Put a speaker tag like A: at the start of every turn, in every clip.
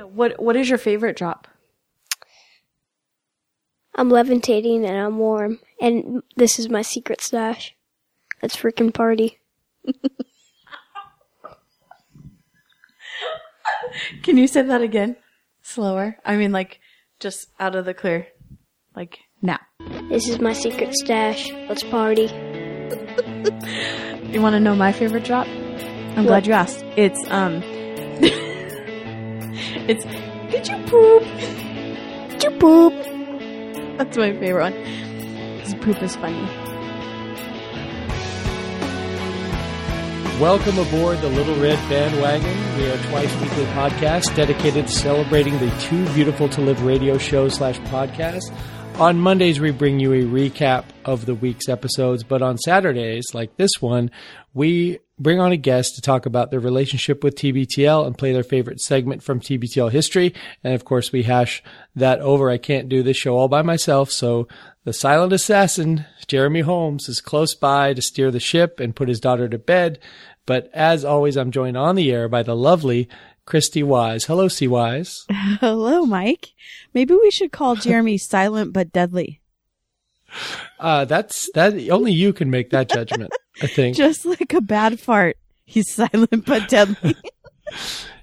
A: what what is your favorite job?
B: I'm levitating and I'm warm. And this is my secret stash. Let's freaking party.
A: Can you say that again? Slower. I mean, like, just out of the clear. Like, now.
B: This is my secret stash. Let's party.
A: You want to know my favorite drop? I'm glad you asked. It's, um, it's, did you poop?
B: Choo boop.
A: That's my favorite one. 'Cause poop is funny.
C: Welcome aboard the Little Red Bandwagon. We are a twice weekly podcast dedicated to celebrating the two beautiful to live radio show slash podcast. On Mondays, we bring you a recap of the week's episodes, but on Saturdays, like this one, we bring on a guest to talk about their relationship with TBTL and play their favorite segment from TBTL history. And of course, we hash that over. I can't do this show all by myself, so the silent assassin, Jeremy Holmes, is close by to steer the ship and put his daughter to bed. But as always, I'm joined on the air by the lovely Christy Wise. Hello, C Wise.
D: Hello, Mike. Maybe we should call Jeremy silent but deadly.
C: Uh, that's that. Only you can make that judgment. I think
D: Just like a bad fart, he's silent but deadly.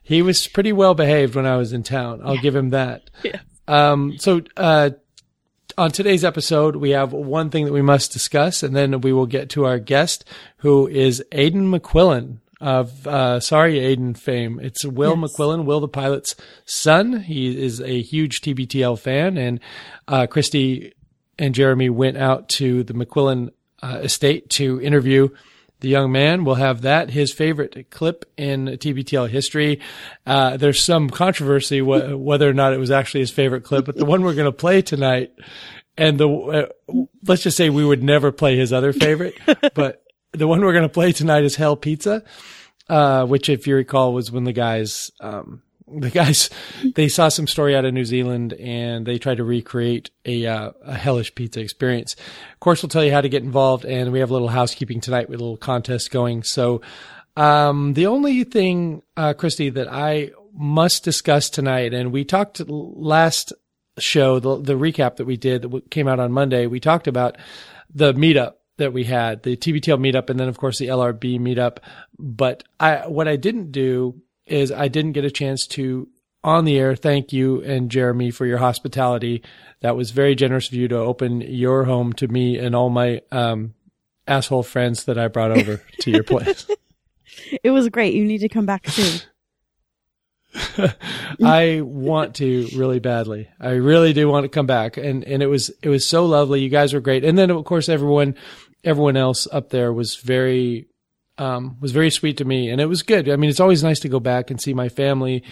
C: he was pretty well behaved when I was in town. I'll give him that. Um, so, uh, on today's episode, we have one thing that we must discuss, and then we will get to our guest, who is Aiden McQuillan of uh, Sorry Aiden fame. It's Will
D: Yes.
C: McQuillan, Will the Pilot's son. He is a huge TBTL fan, and uh, Christy and Jeremy went out to the McQuillan uh, estate to interview the young man. We'll have that his favorite clip in TBTL history. Uh, there's some controversy wh- whether or not it was actually his favorite clip, but the one we're going to play tonight, and the uh, let's just say we would never play his other favorite, but the one we're going to play tonight is Hell Pizza, uh, which, if you recall, was when the guys. Um, the guys, they saw some story out of New Zealand and they tried to recreate a, uh, a hellish pizza experience. Of course, we'll tell you how to get involved and we have a little housekeeping tonight with a little contest going. So, um, the only thing, uh, Christy, that I must discuss tonight, and we talked last show, the, the recap that we did that w- came out on Monday, we talked about the meetup that we had, the TBTL meetup, and then of course the LRB meetup. But I, what I didn't do is I didn't get a chance to on the air thank you and Jeremy for your hospitality. That was very generous of you to open your home to me and all my, um, asshole friends that I brought over to your place.
D: it was great. You need to come back soon.
C: I want to really badly. I really do want to come back. And and it was it was so lovely. You guys were great. And then of course everyone everyone else up there was very um was very sweet to me and it was good. I mean, it's always nice to go back and see my family.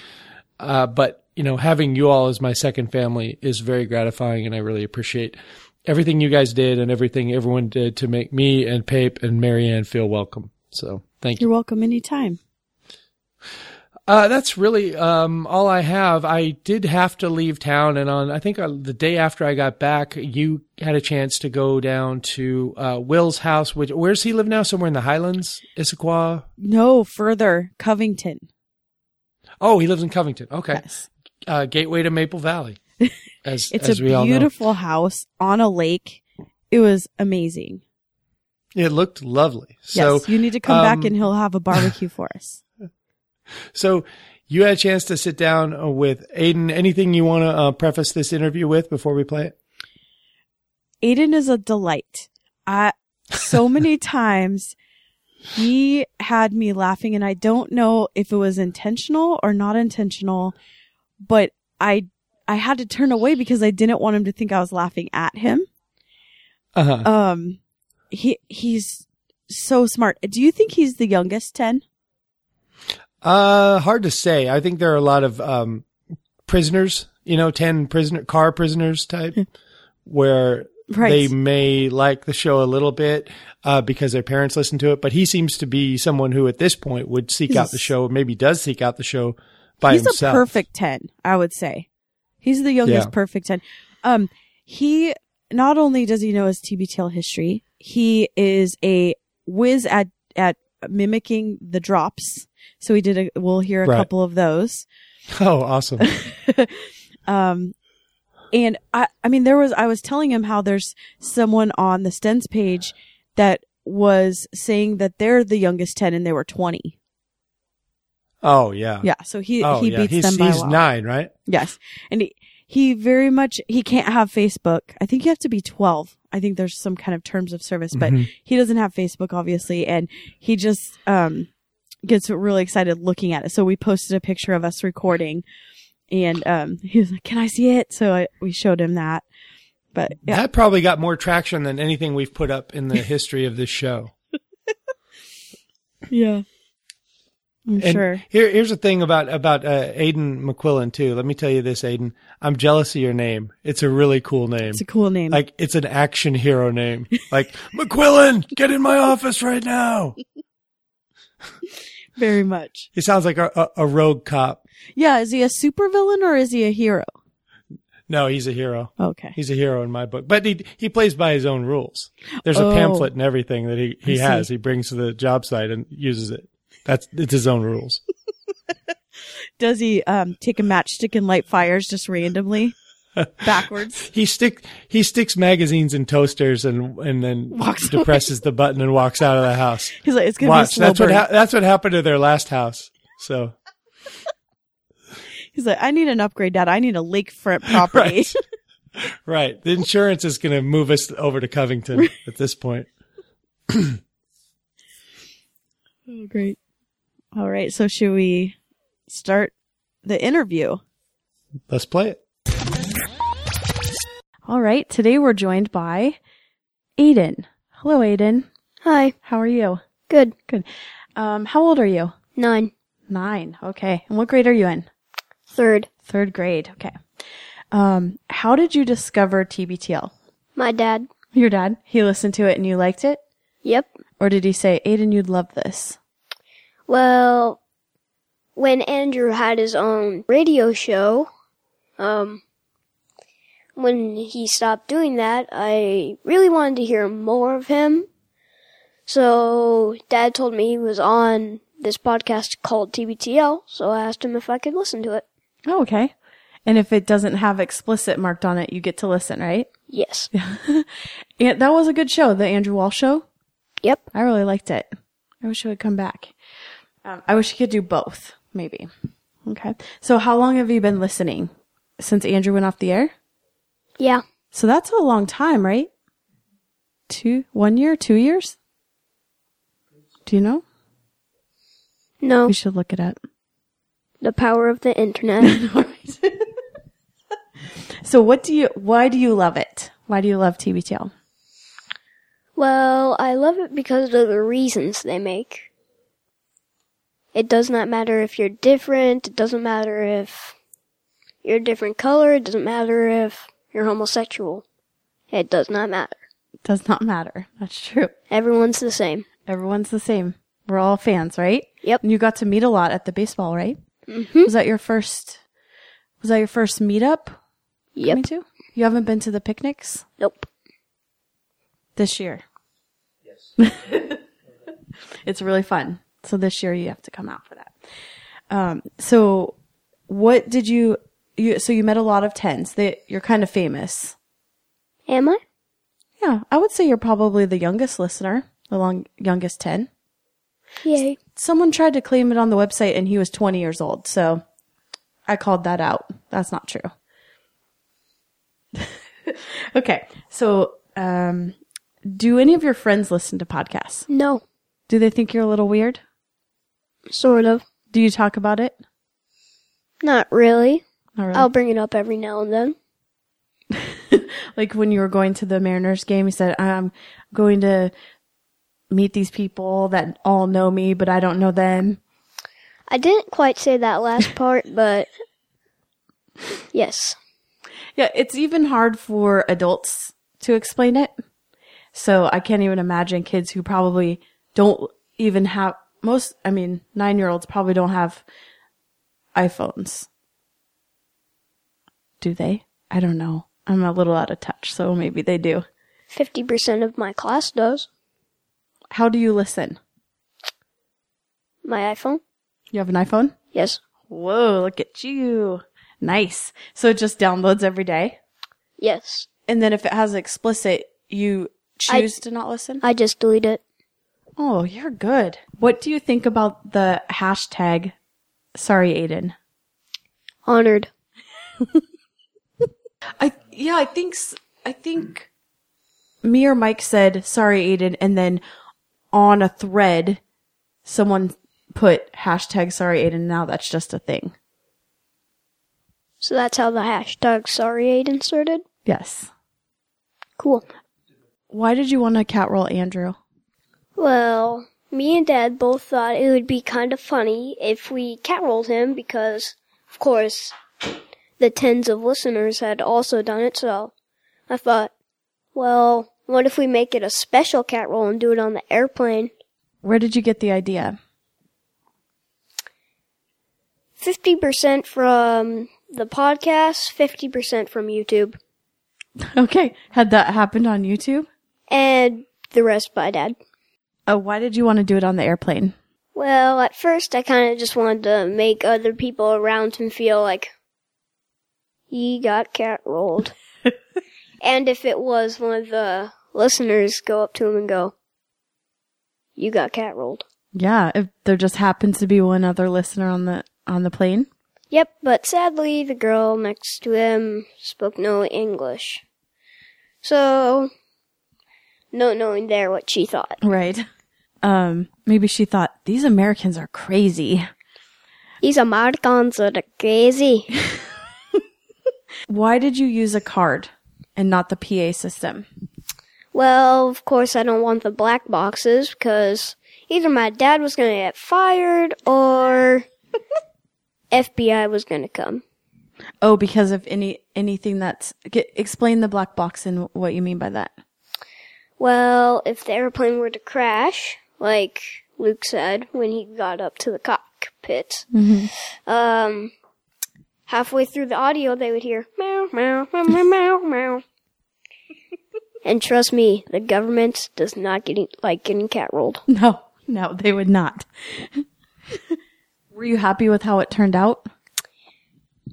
C: Uh but you know, having you all as my second family is very gratifying and I really appreciate everything you guys did and everything everyone did to make me and Pape and Marianne feel welcome. So, thank you.
D: You're welcome anytime.
C: Uh, that's really um, all I have. I did have to leave town, and on I think uh, the day after I got back, you had a chance to go down to uh, Will's house. Which where's he live now? Somewhere in the Highlands, Issaquah.
D: No further, Covington.
C: Oh, he lives in Covington. Okay,
D: Yes.
C: uh, gateway to Maple Valley. As
D: It's
C: as
D: a
C: we all know,
D: beautiful house on a lake. It was amazing.
C: it looked lovely. So
D: yes, you need to come
C: um,
D: back and he'll have a barbecue for us.
C: so you had a chance to sit down uh, with Aiden. Anything you want to uh, preface this interview with before we play it?
D: Aiden is a delight. I so many times he had me laughing and I don't know if it was intentional or not intentional, but I I had to turn away because I didn't want him to think I was laughing at him.
C: Uh huh.
D: Um he he's so smart. Do you think he's the youngest 10?
C: Uh, hard to say. I think there are a lot of um, prisoners, you know, ten prisoner car prisoners type, where
D: Hmm. Right.
C: they may like the show a little bit uh, because their parents listen to it. But he seems to be someone who, at this point, would seek out the
D: He's-
C: show. Maybe does seek out the show by
D: he's a
C: himself.
D: perfect 10 i would say he's the youngest
C: Yeah.
D: perfect 10 um he not only does he know his tbtl history he is a whiz at at mimicking the drops so he did a we'll hear a
C: Right.
D: couple of those
C: Oh, awesome.
D: Um, and I, I mean, there was, I was telling him how there's someone on the Stens page that was saying that they're the youngest 10 and they were 20.
C: Oh, yeah.
D: Yeah. So he,
C: Oh,
D: he
C: yeah.
D: beats
C: he's,
D: them by a
C: He's
D: lot.
C: nine, right?
D: Yes. And he, he very much, he can't have Facebook. I think you have to be 12. I think there's some kind of terms of service, but
C: Mhm.
D: he doesn't have Facebook, obviously. And he just, um, gets really excited looking at it. So we posted a picture of us recording and, um, he was like, can I see it? So I, we showed him that, but yeah,
C: That probably got more traction than anything we've put up in the history of this show.
D: yeah, I'm
C: And
D: sure.
C: Here, here's the thing about about uh, Aiden McQuillan too. Let me tell you this, Aiden. I'm jealous of your name. It's a really cool name.
D: It's a cool name.
C: like it's an action hero name. Like McQuillan, get in my office right now.
D: Very much.
C: He sounds like a, a, a rogue cop.
D: Yeah. Is he a supervillain or is he a hero?
C: No, he's a hero.
D: Okay.
C: He's a hero in my book, but he he plays by his own rules. There's a
D: Oh.
C: pamphlet and everything that he, he
D: I see.
C: has. He brings to the job site and uses it. That's it's his own rules.
D: Does he um, take a matchstick and light fires just randomly backwards?
C: He stick he sticks magazines in toasters and and then
D: Walks away.
C: depresses the button and walks out of the house.
D: He's like, it's gonna be a
C: Watch
D: slow
C: that's
D: burn.
C: what ha- that's what happened to their last house. So
D: He's like, I need an upgrade, Dad. I need a lakefront property.
C: Right. right, the insurance is going to move us over to Covington at this point.
D: Oh, great. All right. So should we start the interview?
C: Let's play it.
D: All right. Today we're joined by Aiden. Hello, Aiden.
B: Hi.
D: How are you?
B: Good.
A: Um, how old are you?
B: Nine.
A: Nine. Okay. And what grade are you in?
B: Third.
A: Third grade. Okay. Um, how did you discover TBTL?
B: My dad.
A: Your dad? He listened to it and you liked it?
B: Yep.
A: Or did he say, Aiden, you'd love this?
B: Well, when Andrew had his own radio show, um, when he stopped doing that, I really wanted to hear more of him. So Dad told me he was on this podcast called TBTL, so I asked him if I could listen to it.
A: Oh, okay. And if it doesn't have explicit marked on it, you get to listen, right?
B: Yes.
A: Yeah, that was a good show, the Andrew Wall show.
B: Yep.
A: I really liked it. I wish it would come back. Um, I wish you could do both, maybe. Okay. So how long have you been listening since Andrew went off the air?
B: Yeah.
A: So that's a long time, right? Two, one year, two years? Do you know?
B: No.
A: We should look it up.
B: The power of the internet.
A: So what do you, why do you love it? Why do you love TBTL?
B: well, I love it because of the reasons they make. It does not matter if you're different, it doesn't matter if you're a different color, it doesn't matter if you're homosexual. It does not matter.
A: Does not matter. That's true.
B: Everyone's the same.
A: Everyone's the same. We're all fans, right?
B: Yep.
A: And you got to meet a lot at the baseball, right?
B: Mhm.
A: Was that your first? Was that your first meetup?
B: Yep.
A: Me too. You haven't been to the picnics
B: Nope.
A: this year. Yes. it's really fun. So this year you have to come out for that. Um, so what did you? You so you met a lot of tens. They you're kind of famous.
B: Am I?
A: Yeah, I would say you're probably the youngest listener, the long youngest ten.
B: Yay.
A: someone tried to claim it on the website and he was 20 years old. So I called that out. That's not true. okay. So, um, do any of your friends listen to podcasts?
B: No.
A: Do they think you're a little weird?
B: Sort of.
A: Do you talk about it?
B: Not really. Oh,
A: Not really.
B: I'll bring it up every now and then.
A: Like when you were going to the Mariners game, you said, I'm going to meet these people that all know me, but I don't know them.
B: I didn't quite say that last part, but yes.
A: Yeah, it's even hard for adults to explain it. So I can't even imagine kids who probably don't even have most, I mean, nine year olds probably don't have iPhones. Do they? I don't know. I'm a little out of touch, so maybe they do.
B: 50% of my class does.
A: How do you listen?
B: My iPhone?
A: You have an iPhone?
B: Yes.
A: Whoa, look at you. Nice. So it just downloads every day.
B: Yes.
A: And then if it has explicit, you
B: I-
A: choose to not listen?
B: I just delete it.
A: oh, you're good. What do you think about the hashtag sorry Aiden?
B: Honored.
A: I yeah, I think s- I think me or Mike said sorry Aiden and then on a thread someone put hashtag sorry Aiden now that's just a thing.
B: So that's how the hashtag sorry Aiden started.
A: Yes.
B: Cool.
A: Why did you want to cat roll Andrew?
B: Well, me and Dad both thought it would be kind of funny if we catrolled him because, of course, the tens of listeners had also done it. So I thought, well, what if we make it a special catroll and do it on the airplane?
A: Where did you get the idea?
B: Fifty percent from the podcast, fifty percent from YouTube,
A: Okay, had that happened on YouTube?
B: and the rest by Dad.
A: Oh, why did you want to do it on the airplane?
B: Well, at first I kind of just wanted to make other people around him feel like he got cat rolled. and if it was one of the listeners go up to him and go, "You got cat rolled."
A: Yeah, if there just happens to be one other listener on the on the plane.
B: Yep, but sadly the girl next to him spoke no English. So, not knowing there what she thought.
A: Right. Um, maybe she thought these Americans are crazy.
B: These Americans are crazy.
A: Why did you use a card and not the PA system?
B: Well, of course, I don't want the black boxes because either my dad was going to get fired or FBI was going to come.
A: Oh, because of any anything that's get, explain the black box and what you mean by that.
B: Well, if the airplane were to crash, like Luke said when he got up to the cockpit, um, halfway through the audio, they would hear meow, meow, meow, meow, meow, meow. And trust me, the government does not getting like getting cat rolled.
A: No, no, they would not. Were you happy with how it turned out?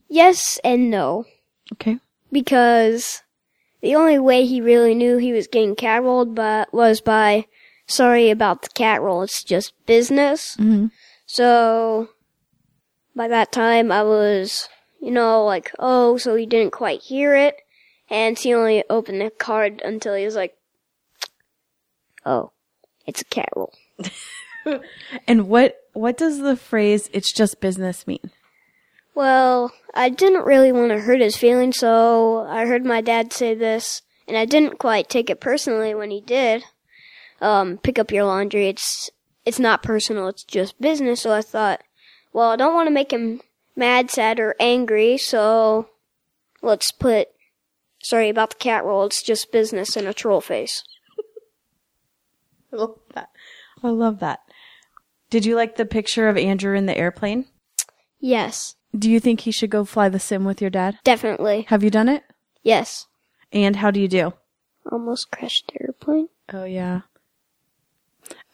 B: Yes and no.
A: Okay.
B: because the only way he really knew he was getting catrolled by, was by, sorry about the catroll, it's just business.
A: Mhm.
B: So, by that time I was, you know, like, oh, so he didn't quite hear it, and he only opened the card until he was like, oh, it's a catroll.
A: And what what does the phrase "it's just business" mean?
B: Well, I didn't really want to hurt his feelings, so I heard my dad say this, and I didn't quite take it personally when he did. Um, pick up your laundry. It's it's not personal. It's just business. So I thought, well, I don't want to make him mad, sad, or angry. So let's put sorry about the cat roll. It's just business in a troll face.
A: I love that. I love that. Did you like the picture of Andrew in the airplane?
B: Yes,
A: Do you think he should go fly the sim with your dad?
B: definitely.
A: Have you done it?
B: Yes.
A: And how do you do?
B: Almost crashed the airplane.
A: Oh yeah.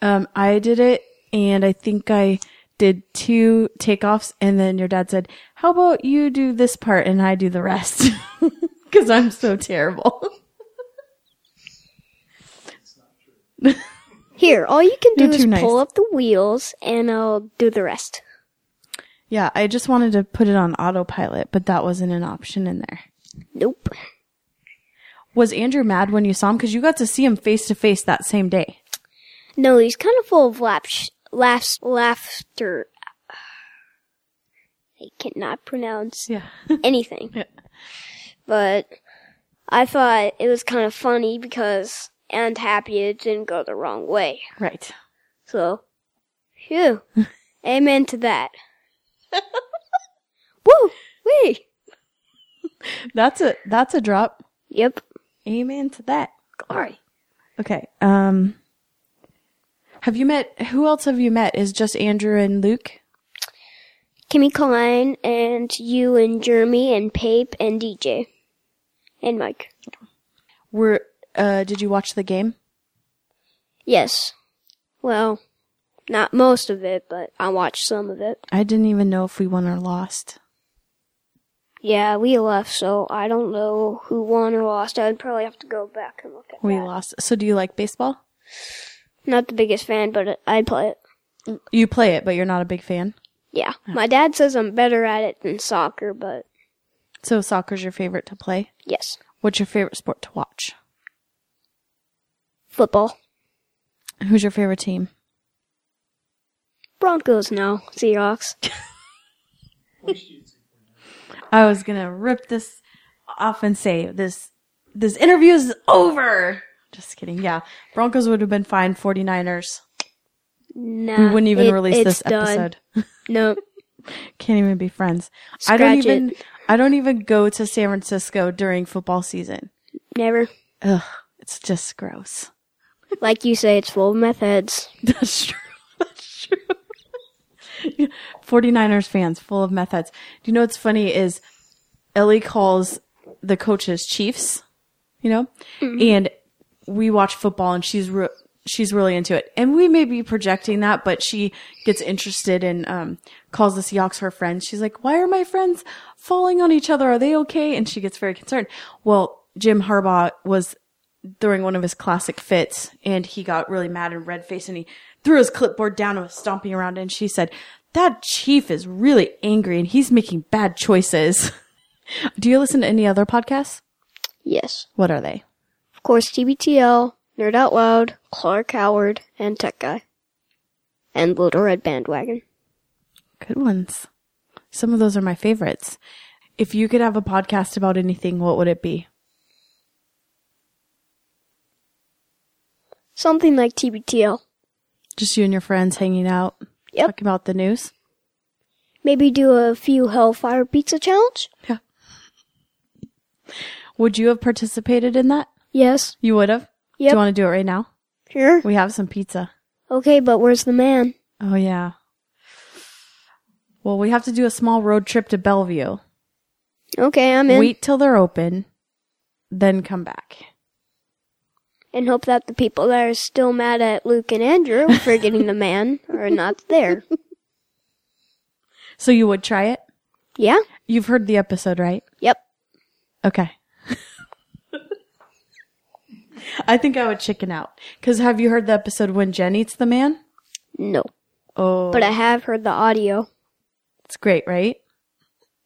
A: Um, I did it, and I think I did two takeoffs, and then your dad said, "How about you do this part and I do the rest?" Because I'm so terrible.
B: Here, all you can do
A: You're
B: is
A: too nice.
B: pull up the wheels, and I'll do the rest.
A: yeah, I just wanted to put it on autopilot, but that wasn't an option in there.
B: Nope.
A: Was Andrew mad when you saw him? Because you got to see him face to face that same day.
B: No, he's kind of full of laughs, laughs, laughter. I cannot pronounce
A: Yeah.
B: anything.
A: Yeah.
B: But I thought it was kind of funny because, and happy it didn't go the wrong way.
A: Right.
B: So, phew. Amen to that. Woo! Wee!
A: That's a that's a drop.
B: Yep.
A: Amen to that.
B: Glory.
A: Okay. Um Have you met who else have you met? Is just Andrew and Luke?
B: Kimmy Klein and you and Jeremy and Pape and DJ. And Mike.
A: Were uh did you watch the game?
B: Yes. Well, Not most of it, but I watched some of it.
A: I didn't even know if we won or lost.
B: Yeah, we left, so I don't know who won or lost. I'd probably have to go back and look at
A: We
B: that.
A: lost. So do you like baseball?
B: Not the biggest fan, but I'd play it.
A: You play it, but you're not a big fan.
B: Yeah.
A: Hmm.
B: My dad says I'm better at it than soccer, but
A: So soccer's your favorite to play.
B: yes.
A: What's your favorite sport to watch?
B: Football.
A: Who's your favorite team?
B: Broncos, no. Seahawks.
A: I was gonna rip this off and say this this interview is over. Just kidding. Yeah, Broncos would have been fine. 49ers.
B: Nah.
A: We wouldn't even
B: it-
A: release
B: it's
A: this episode.
B: Done. No.
A: Can't even be friends. I
B: Scratch
A: don't
B: it.
A: even. I don't even go to San Francisco during football season.
B: Never.
A: Ugh, it's just gross.
B: Like you say, it's full of meth heads.
A: That's true. That's true. 49ers fans full of meth heads. Do you know what's funny is Ellie calls the coaches chiefs, you know? And we watch football and she's re- she's really into it. And we may be projecting that, but she gets interested and um calls the Seahawks her friends. She's like, "Why are my friends falling on each other? Are they okay?" And she gets very concerned. Well, Jim Harbaugh was during one of his classic fits and he got really mad and red faced and he threw his clipboard down and was stomping around and she said, That chief is really angry and he's making bad choices. Do you listen to any other podcasts?
B: Yes.
A: What are they?
B: Of course, TBTL, Nerd Out Loud, Clark Howard, and Tech Guy. And Little Red Bandwagon.
A: Good ones. Some of those are my favorites. If you could have a podcast about anything, what would it be?
B: Something like TBTL.
A: Just you and your friends hanging out,
B: Yep.
A: talking about the news?
B: Maybe do a few Hellfire Pizza Challenge?
A: Yeah. Would you have participated in that?
B: Yes.
A: You would have? Do
B: Yep.
A: you want to do it right now?
B: Sure.
A: We have some pizza.
B: Okay, but where's the man?
A: Oh yeah. Well, we have to do a small road trip to Bellevue.
B: Okay, I'm in.
A: Wait till they're open, then come back.
B: and hope that the people that are still mad at Luke and Andrew for getting the man are not there.
A: So you would try it?
B: Yeah?
A: You've heard the episode, right?
B: Yep.
A: Okay. I think I would chicken out. Cause have you heard the episode when Jen eats the man?
B: No.
A: Oh,
B: But I have heard the audio.
A: it's great, right?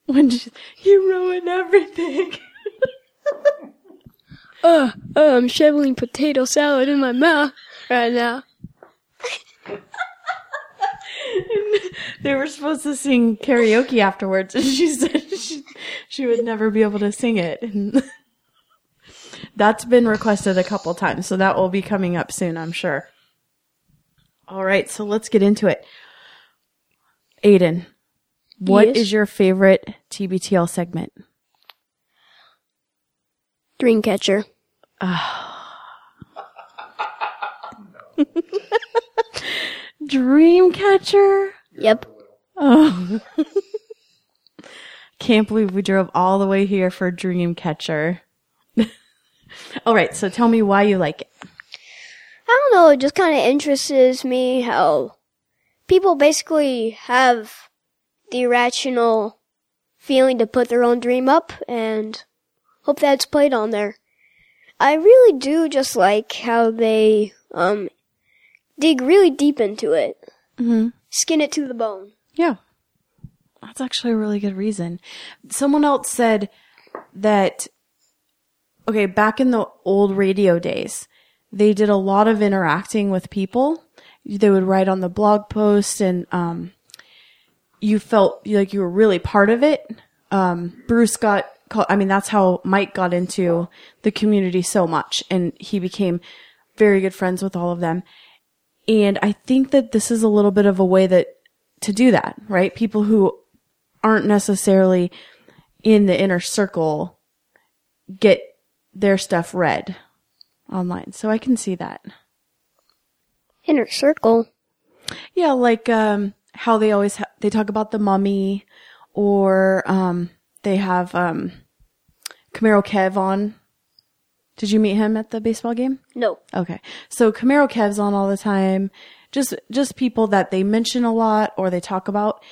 A: When she, you ruin everything.
B: Oh, I'm shoveling potato salad in my mouth right now.
A: they were supposed to sing karaoke afterwards, and she said she, she would never be able to sing it. And that's been requested a couple times, so that will be coming up soon, I'm sure. All right, so let's get into it. Aiden, what is
B: Yes?
A: your favorite TBTL segment?
B: Dreamcatcher.
A: Dreamcatcher.
B: Yep.
A: Oh. Can't believe we drove all the way here for Dreamcatcher. all right, so tell me why you like it.
B: I don't know, it just kind of interests me how people basically have the irrational feeling to put their own dream up and hope that it's played on there. I really do just like how they um dig really deep into it.
A: Mhm.
B: Skin it to the bone.
A: Yeah. That's actually a really good reason. Someone else said that, okay, back in the old radio days, they did a lot of interacting with people. They would write on the blog post and, um, you felt like you were really part of it. Um, Bruce got called, I mean, that's how Mike got into the community so much and he became very good friends with all of them. And I think that this is a little bit of a way that to do that, right? People who aren't necessarily in the inner circle get their stuff read online. So I can see that.
B: Inner circle.
A: Yeah, like um how they always ha- they talk about the mummy or um they have um Camaro Kev on. Did you meet him at the baseball game?
B: No.
A: Okay. So Camaro Kev's on all the time. just just people that they mention a lot or they talk about.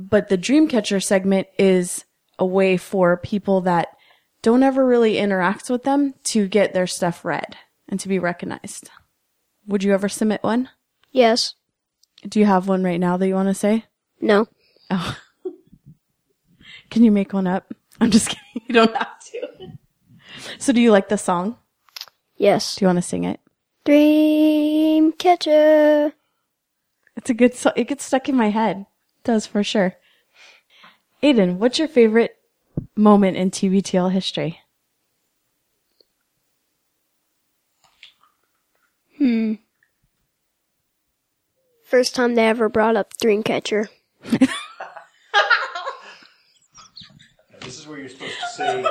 A: But the Dreamcatcher segment is a way for people that don't ever really interact with them to get their stuff read and to be recognized. Would you ever submit one?
B: Yes.
A: Do you have one right now that you want to say? Oh.
B: No.
A: Can you make one up? I'm just kidding. You don't have to. So do you like the song?
B: Yes.
A: Do you want to sing it?
B: Dream catcher.
A: It's a good song. It gets stuck in my head. It does for sure. Aiden, what's your favorite moment in TBTL history?
B: Hmm. First time they ever brought up dream catcher.
E: This is where you're supposed to say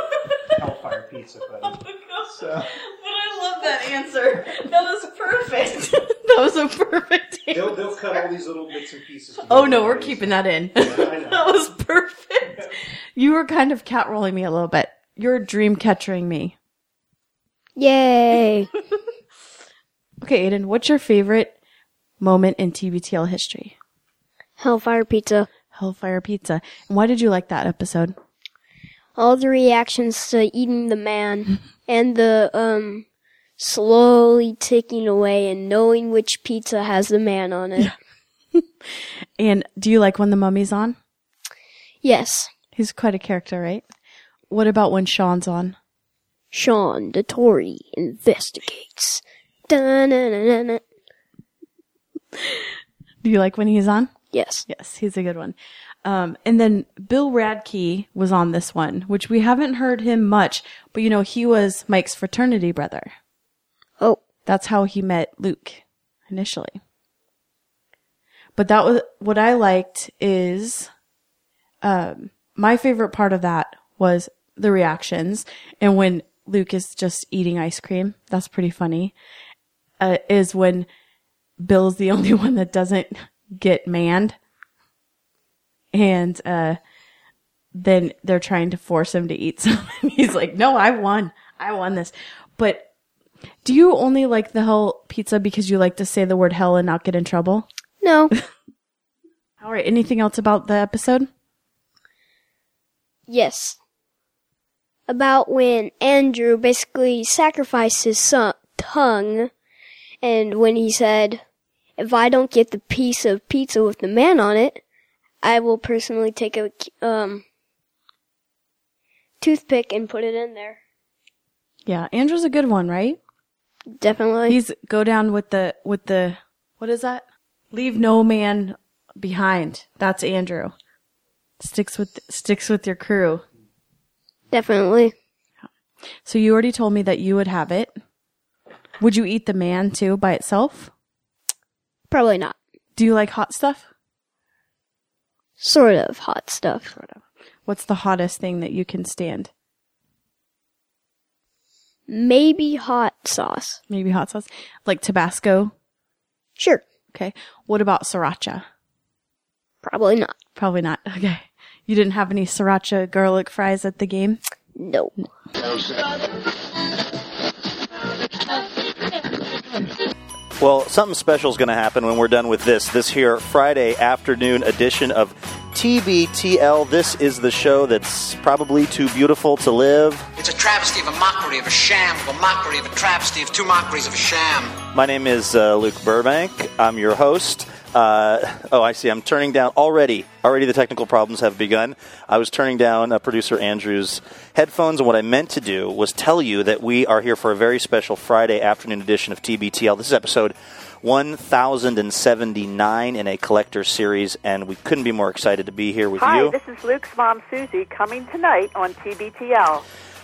E: Hellfire Pizza,
F: Oh
E: buddy. So
A: But I love that answer. That was perfect. that was a perfect
E: they'll, they'll cut all these little bits and pieces. together.
A: Oh no, we're keeping that in.
E: I
A: that
E: know.
A: was perfect. You were kind of catrolling me a little bit. You're dream catching me.
B: Yay.
A: Okay, Aiden, what's your favorite moment in TBTL history?
B: Hellfire pizza.
A: Hellfire Pizza. And why did you like that episode?
B: All the reactions to eating the man and the um slowly ticking away and knowing which pizza has the man on it.
A: And do you like when the mummy's on?
B: Yes.
A: He's quite a character, right? What about when Sean's on?
B: Sean the Tory investigates. Da-na-na-na-na.
A: Do you like when he's on?
B: Yes.
A: Yes, he's a good one. Um, and then Bill Radke was on this one, which we haven't heard him much, but you know, he was Mike's fraternity brother.
B: Oh,
A: That's how he met Luke initially. But that was what I liked is um my favorite part of that was the reactions and when Luke is just eating ice cream. That's pretty funny. Uh, is when Bill's the only one that doesn't get manned. And uh then they're trying to force him to eat something. He's like, "No, I won. I won this." But do you only like the hell pizza because you like to say the word hell and not get in trouble?
B: no.
A: All right. Anything else about the episode?
B: Yes. About when Andrew basically sacrificed his son- tongue, and when he said, If I don't get the piece of pizza with the man on it, I will personally take a um, toothpick and put it in there.
A: Yeah, Andrew's a good one, right?
B: Definitely.
A: He's go down with the with the what is that? Leave no man behind. That's Andrew. Sticks with sticks with your crew.
B: Definitely.
A: So you already told me that you would have it. Would you eat the man too by itself?
B: Probably not.
A: Do you like hot stuff?
B: Sort of hot stuff.
A: What's the hottest thing that you can stand?
B: Maybe hot sauce.
A: Maybe hot sauce, like Tabasco.
B: Sure.
A: Okay. What about sriracha?
B: Probably not.
A: Probably not. Okay. You didn't have any sriracha garlic fries at the game?
B: No.
G: Well, something special is going to happen when we're done with this. This here Friday afternoon edition of TBTL. This is the show that's probably too beautiful to live.
H: It's a travesty of a mockery of a sham, of a mockery of a travesty of two mockeries of a sham.
G: My name is uh, Luke Burbank. I'm your host. Uh, oh, I see. I'm turning down already. Already the technical problems have begun. I was turning down uh, producer Andrew's headphones, and what I meant to do was tell you that we are here for a very special Friday afternoon edition of TBTL. This is episode 1079 in a collector series, and we couldn't be more excited to be here with
I: Hi,
G: you.
I: this is Luke's mom, Susie, coming tonight on TBTL.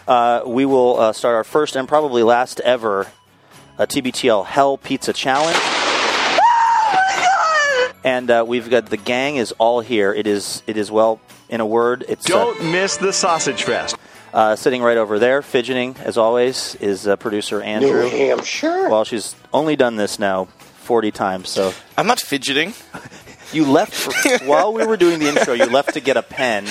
G: Uh, we will uh, start our first and probably last ever uh, TBTL Hell Pizza Challenge. And uh, we've got the gang is all here. It is it is well in a word. It's uh,
J: Don't miss the Sausage Fest.
G: uh, sitting right over there, fidgeting as always, is uh, producer Andrew.
K: Hampshire.
G: Well, she's only done this now forty times, so
K: I'm not fidgeting.
G: You left for, while we were doing the intro. You left to get a pen,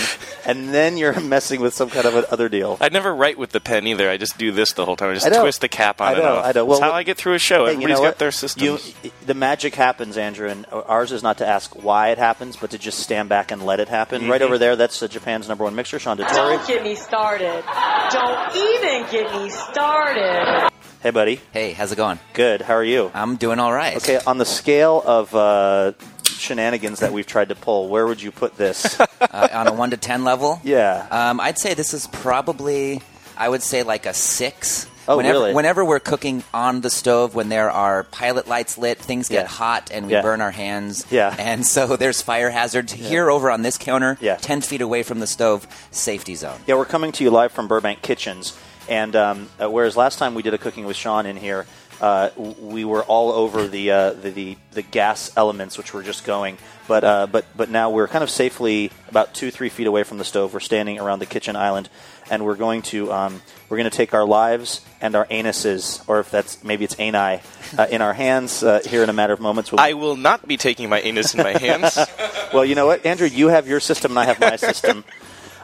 G: and then you're messing with some kind of an other deal.
J: I never write with the pen either. I just do this the whole time. I just
G: I know.
J: twist the cap on
G: I
J: and
G: know,
J: off.
G: I know.
J: That's
G: Well,
J: how
G: well,
J: I get through a show.
G: Hey,
J: Everybody's
G: you know
J: got
G: what?
J: their systems.
G: You, the magic happens, Andrew, and ours is not to ask why it happens, but to just stand back and let it happen. Right
J: Mm-hmm.
G: over there, that's uh, Japan's number one mixer, Sean
K: Don't
G: Dettori.
K: get me started. Don't even get me started.
G: Hey, buddy.
L: Hey, how's it going?
G: Good. How are you?
L: I'm doing all right.
G: Okay, on the scale of uh, shenanigans that we've tried to pull, where would you put this?
L: uh, on a one to ten level.
G: Yeah.
L: Um, I'd say this is probably, I would say like a six.
G: Oh,
L: whenever,
G: really?
L: Whenever we're cooking on the stove, when there are pilot lights lit, things get
G: Yeah.
L: hot and we
G: Yeah.
L: burn our hands.
G: Yeah.
L: And so there's fire hazards here over on this counter,
G: Yeah.
L: 10 feet away from the stove, safety zone.
G: Yeah, we're coming to you live from Burbank Kitchens. And um, uh, whereas last time we did a cooking with Sean in here, uh, w- we were all over the, uh, the, the the gas elements, which were just going. But uh, but but now we're kind of safely about two three feet away from the stove. We're standing around the kitchen island, and we're going to um, we're going to take our lives and our anuses, or if that's maybe it's ani, uh, in our hands uh, here in a matter of moments. We'll-
J: I will not be taking my anus in my hands.
G: well, you know what, Andrew, you have your system and I have my system.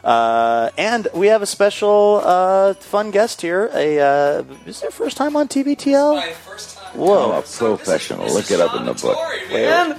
G: Uh, and we have a special uh, fun guest here. A uh, is it your first time on TBTL? My first time. Whoa,
F: I'm a professional. Look it up in the book.
G: Wait,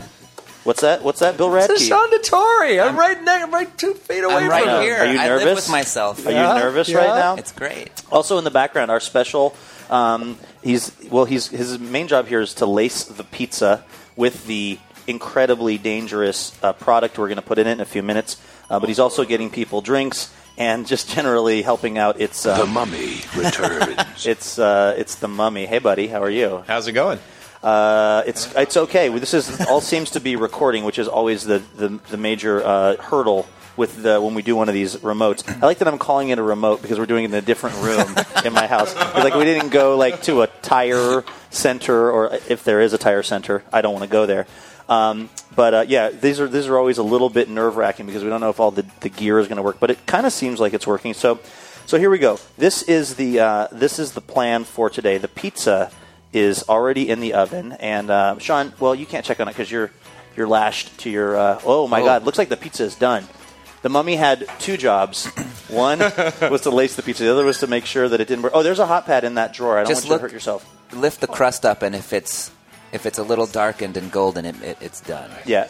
G: what's that? What's that, Bill Radke?
F: This is Sean Dettori. I'm, right next, I'm right two feet away
L: I'm right
F: from
L: here.
G: Are you
L: I
G: nervous?
L: live with myself.
G: Are
L: Yeah,
G: you nervous
L: yeah.
G: right now?
L: It's great.
G: Also in the background, our special. Um, he's well. He's his main job here is to lace the pizza with the incredibly dangerous uh, product we're going to put in it in a few minutes. Uh, but he's also getting people drinks and just generally helping out. It's uh,
M: The Mummy returns.
G: it's uh, it's the mummy. Hey, buddy, how are you?
M: How's it going?
G: Uh, it's it's okay. This is all seems to be recording, which is always the the, the major uh, hurdle with the when we do one of these remotes. I like that I'm calling it a remote because we're doing it in a different room in my house. It's like we didn't go like to a tire center or if there is a tire center, I don't want to go there. Um, but uh, yeah, these are these are always a little bit nerve wracking because we don't know if all the, the gear is going to work. But it kind of seems like it's working. So so here we go. This is the uh, this is the plan for today. The pizza is already in the oven, and uh, Sean, well, you can't check on it because you're you're lashed to your. Uh, oh my
L: Oh.
G: God! Looks like the pizza is done. The mummy had two jobs. One was to lace the pizza. The other was to make sure that it didn't burn. Oh, there's a hot pad in that drawer. I don't
L: Just
G: want you to
L: look-
G: hurt yourself.
L: Lift the crust up, and if it's if it's a little darkened and golden, it, it, it's done.
G: Yeah.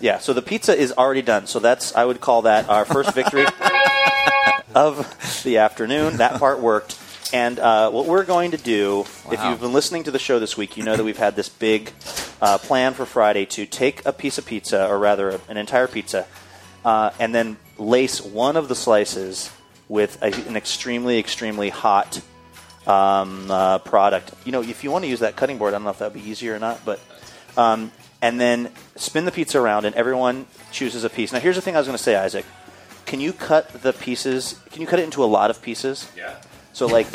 G: Yeah, so the pizza is already done. So that's I would call that our first victory of the afternoon. That part worked. And uh, what we're going to do, if
L: Wow.
G: you've been listening to the show this week, you know that we've had this big uh, plan for Friday to take a piece of pizza, or rather an entire pizza, uh, and then lace one of the slices with a, an extremely, extremely hot um, uh, product. You know, if you want to use that cutting board, I don't know if that would be easier or not, but. Um, and then spin the pizza around, and everyone chooses a piece. Now, here's the thing I was going to say, Isaac. Can you cut the pieces? Can you cut it into a lot of pieces?
M: Yeah.
G: So, like,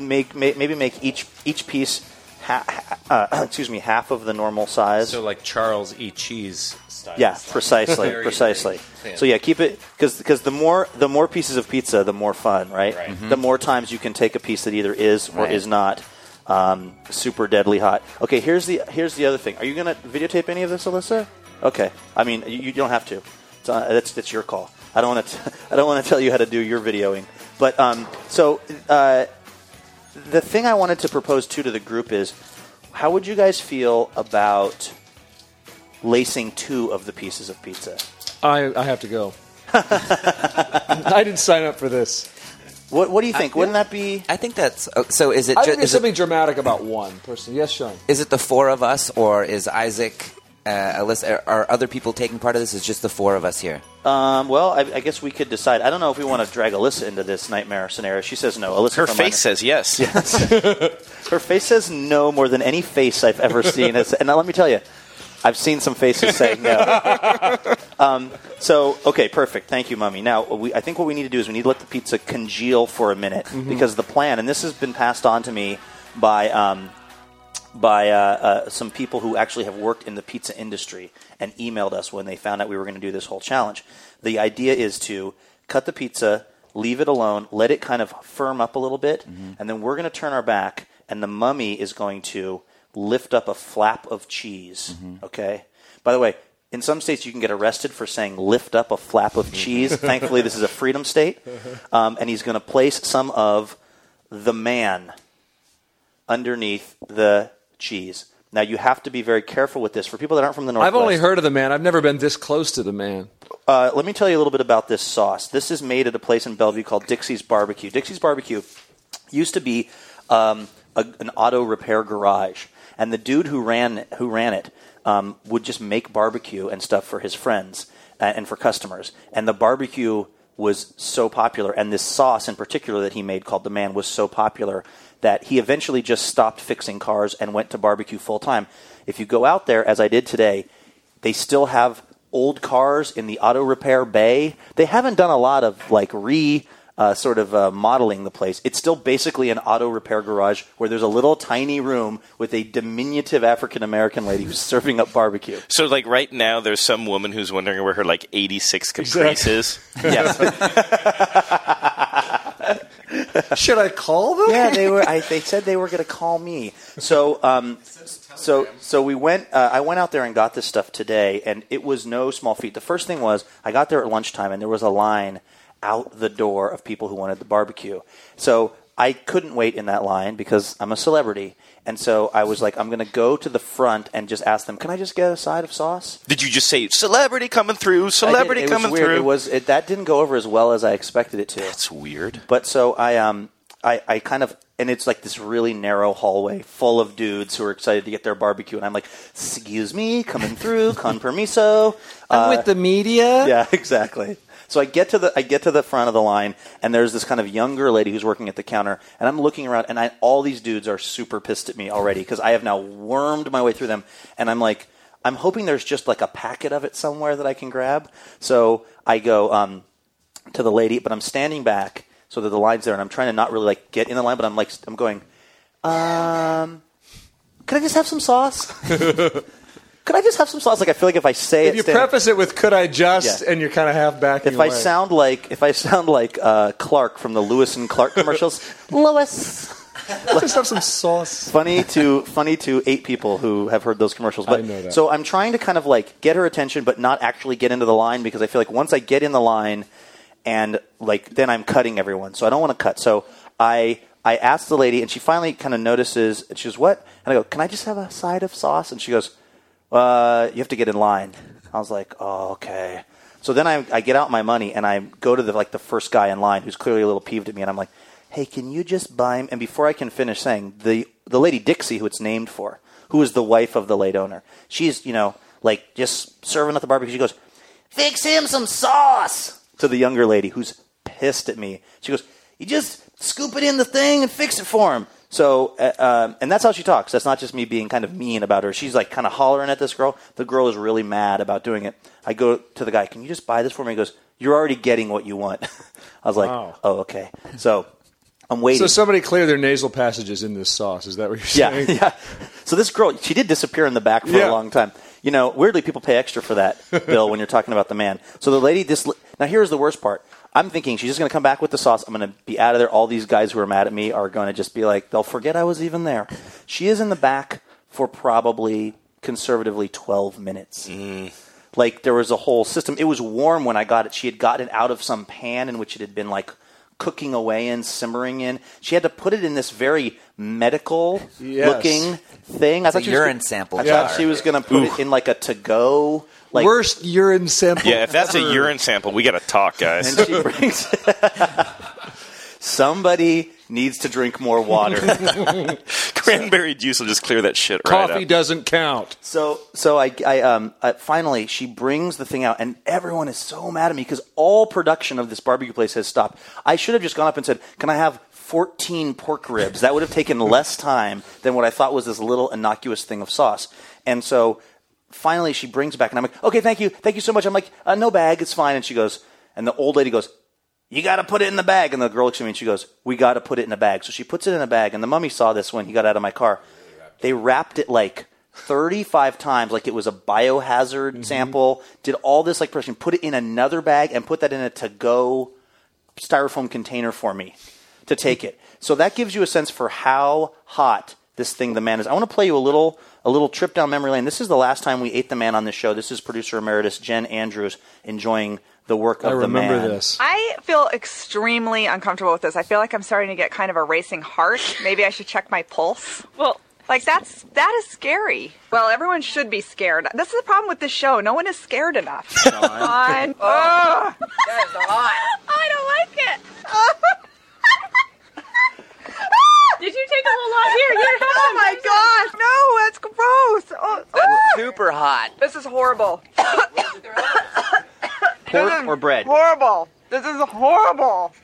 G: make may, maybe make each each piece, ha, ha, uh, excuse me, half of the normal size.
M: So like Charles E. Cheese style.
G: Yeah, precisely,
M: Very,
G: precisely.
M: very thin.
G: So yeah, keep it because because the more the more pieces of pizza, the more fun, right?
M: Right. Mhm.
G: The more times you can take a piece that either is or
M: Right.
G: is not um, super deadly hot. Okay, here's the here's the other thing. Are you gonna videotape any of this, Alyssa? Okay, I mean you, you don't have to. It's, uh, that's that's your call. I don't want to I don't want to tell you how to do your videoing. But um, so uh, the thing I wanted to propose too to the group is, how would you guys feel about lacing two of the pieces of pizza?
C: I, I have to go. I didn't sign up for this.
G: What, what do you think? Wouldn't that be?
L: I think that's Uh, oh, so. Is it?
F: I
L: ju-
F: think there's
L: is it-
F: something dramatic about one person. Yes, Sean.
L: Is it the four of us, or is Isaac, uh, Alyssa, are, are other people taking part of this? Is just the four of us here?
G: Um, well, I, I guess we could decide. I don't know if we want to drag Alyssa into this nightmare scenario. She says no. Alyssa,
J: Her
G: from
J: face says yes.
G: Her face says no more than any face I've ever seen. It's- and now let me tell you, I've seen some faces say no. um, so, okay, perfect. Thank you, Mummy. Now, we, I think what we need to do is we need to let the pizza congeal for a minute
J: Mm-hmm.
M: Mhm.
G: because the plan, and this has been passed on to me by. Um, by uh, uh, some people who actually have worked in the pizza industry and emailed us when they found out we were going to do this whole challenge. The idea is to cut the pizza, leave it alone, let it kind of firm up a little bit, and then we're going to turn our back, and the mummy is going to lift up a flap of cheese. Okay? By the way, In some states, you can get arrested for saying "lift up a flap of cheese." Thankfully, this is a freedom state, um, and he's going to place some of the man underneath the cheese. Now, you have to be very careful with this. For people that aren't from the Northwest,
F: I've only heard of the man. I've never been this close to the man.
G: uh, let me tell you a little bit about this sauce. This is made at a place in Bellevue called Dixie's Barbecue. Dixie's Barbecue used to be um, a, an auto repair garage, and the dude who ran who ran it um, would just make barbecue and stuff for his friends uh, and for customers. And the barbecue was so popular, and this sauce in particular that he made called the Man was so popular that he eventually just stopped fixing cars and went to barbecue full time. If you go out there, as I did today, they still have old cars in the auto repair bay. They haven't done a lot of like re uh, sort of uh, modeling the place. It's still basically an auto repair garage where there's a little tiny room with a diminutive African American lady who's serving up barbecue.
J: So, like right now, there's some woman who's wondering where her like 86 Caprice is.
G: Should I call them? Yeah, they were. I, they said they were going to call me. So, um, so, so we went. Uh, I went out there and got this stuff today, and it was no small feat. The first thing was I got there at lunchtime, and there was a line out the door of people who wanted the barbecue. So I couldn't wait in that line because I'm a celebrity, and so I was like, I'm going to go to the front and just ask them, "Can I just get a side of sauce?"
J: Did you just say celebrity coming through? Celebrity
G: I did. It was
J: coming
G: weird.
J: through.
G: It was it, that didn't go over as well as I expected it to. That's
J: weird.
G: But so I um I I kind of and it's like this really narrow hallway full of dudes who are excited to get their barbecue, and I'm like, excuse me, coming through, con permiso. Uh,
F: I'm with the media.
G: Yeah, exactly. So I get to the I get to the front of the line, and there's this kind of younger lady who's working at the counter, and I'm looking around, and I, all these dudes are super pissed at me already because I have now wormed my way through them, and I'm like, I'm hoping there's just like a packet of it somewhere that I can grab. So I go um, to the lady, but I'm standing back so that the line's there, and I'm trying to not really like get in the line, but I'm like I'm going, um, can I just have some sauce? Could I just have some sauce? Like I feel like if I say
F: If
G: it,
F: you
G: standing-
F: preface it with "Could I just," and you're kind of half backing
G: if I
F: away.
G: sound like if I sound like uh, Clark from the Lewis and Clark commercials, Lois.
F: Let's have some sauce.
G: funny to funny to eight people who have heard those commercials. But
F: I know that.
G: so I'm trying to kind of like get her attention, but not actually get into the line because I feel like once I get in the line, and like then I'm cutting everyone, so I don't want to cut. So I I asked the lady, and she finally kind of notices. And she goes, "What?" And I go, "Can I just have a side of sauce?" And she goes, "Uh, you have to get in line." I was like, "Oh, okay." So then I, I get out my money and I go to the like the first guy in line who's clearly a little peeved at me, and I'm like, "Hey, can you just buy?" me? And before I can finish saying the the lady Dixie, who it's named for, who is the wife of the late owner, she's you know like just serving up the barbecue. She goes Fix him some sauce. to the younger lady who's pissed at me. She goes, "You just scoop it in the thing and fix it for him." So, uh, um, and that's how she talks. That's not just me being kind of mean about her. She's like kind of hollering at this girl. The girl is really mad about doing it. I go to the guy, "Can you just buy this for me?" He goes, "You're already getting what you want." I was like,
F: Wow.
G: "Oh, okay." So, I'm waiting.
F: So somebody clear their nasal passages in this sauce. Is that what you're
G: Yeah,
F: saying?
G: yeah. So this girl, she did disappear in the back for
F: Yeah.
G: a long time. You know, weirdly, people pay extra for that, Bill, when you're talking about the man. So the lady, this now here's the worst part. I'm thinking she's just going to come back with the sauce. I'm going to be out of there. All these guys who are mad at me are going to just be like, they'll forget I was even there. She is in the back for probably conservatively 12 minutes. Like there was a whole system. It was warm when I got it. She had gotten it out of some pan in which it had been like cooking away in, simmering in. She had to put it in this very medical
L: Yes.
G: looking thing. I
L: It's a
G: thought she was
L: urine
G: gonna-
L: sample
G: I
L: jar.
G: thought she was going to put it in like a to go. Like,
F: Worst urine sample.
J: Yeah, if that's a
G: ever.
J: urine sample, we got to talk, guys.
G: And she brings. Somebody needs to drink more water.
J: Cranberry juice will just clear that shit right Uh, up.
F: doesn't count.
G: So, so I, I um, uh finally she brings the thing out, and everyone is so mad at me because all production of this barbecue place has stopped. I should have just gone up and said, "Can I have 14 pork ribs?" That would have taken less time than what I thought was this little innocuous thing of sauce. And so, finally, she brings back, and I'm like, "Okay, thank you, thank you so much." I'm like, uh, "No bag, it's fine." And she goes, and the old lady goes, you got to put it in the bag. And the girl looks at me and she goes, We got to put it in a bag. So she puts it in a bag. And the mummy saw this when he got out of my car. They wrapped it like 35 times, like it was a biohazard
F: Mm-hmm.
G: sample. Did all this like person put it in another bag and put that in a to go styrofoam container for me to take it. So that gives you a sense for how hot this thing the man is. I want to play you a little a little trip down memory lane. This is the last time we ate the man on this show. This is producer emeritus Jen Andrews enjoying the work of
F: I
G: the man.
F: remember this.
K: I feel extremely uncomfortable with this. I feel like I'm starting to get kind of a racing heart. Maybe I should check my pulse. Well, like that's that is scary. Well, everyone should be scared. This is the problem with this show. No one is scared enough. Oh, Fine. Ugh.
N: That is hot.
K: I don't like it.
N: Did you take a little off here? You don't
K: oh
N: have
K: my gosh! No, that's gross. Oh, ugh.
G: Super hot.
K: This is horrible.
G: Pork or bread?
K: Horrible. This is horrible.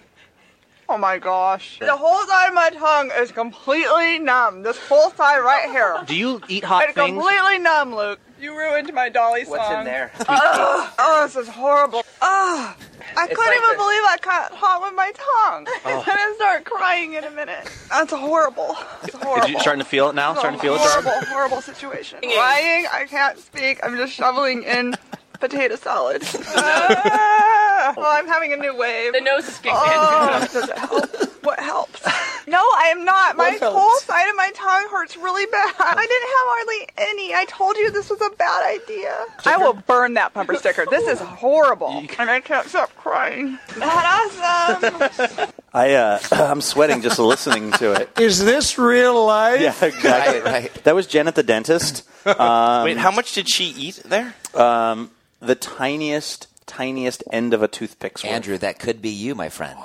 K: Oh my gosh. The whole side of my tongue is completely numb. This whole side right here.
G: Do you eat hot
K: it's
G: things?
K: completely numb, Luke. You ruined my dolly song.
G: What's in there?
K: Ugh. oh, this is horrible. Oh, I
N: It's
K: couldn't
N: like
K: even
N: the-
K: believe I caught hot with my tongue.
G: Oh.
K: I'm gonna start crying in a minute. That's horrible. It's horrible.
G: you starting to feel it now?
K: It's a
G: Starting to feel it, Barb?
K: horrible, horrible situation. Crying. I can't speak. I'm just shoveling in potato salad. Ah, well, I'm having a new wave. The nose is
N: pigmented.
K: Oh, does it help? What helps? No, I am not. My
N: What helps?
K: whole side of my tongue hurts really bad. I didn't have hardly any. I told you this was a bad idea. I will burn that bumper sticker. This is horrible. And I can't stop crying. That awesome.
G: I uh, I'm sweating just listening to it.
F: Is this real life?
G: Yeah, exactly.
F: Right,
G: That was Jen at the dentist. Um,
J: Wait, how much did she eat there?
G: Um, the tiniest, tiniest end of a toothpick's worth. Oh.
L: Andrew, that could be you, my friend.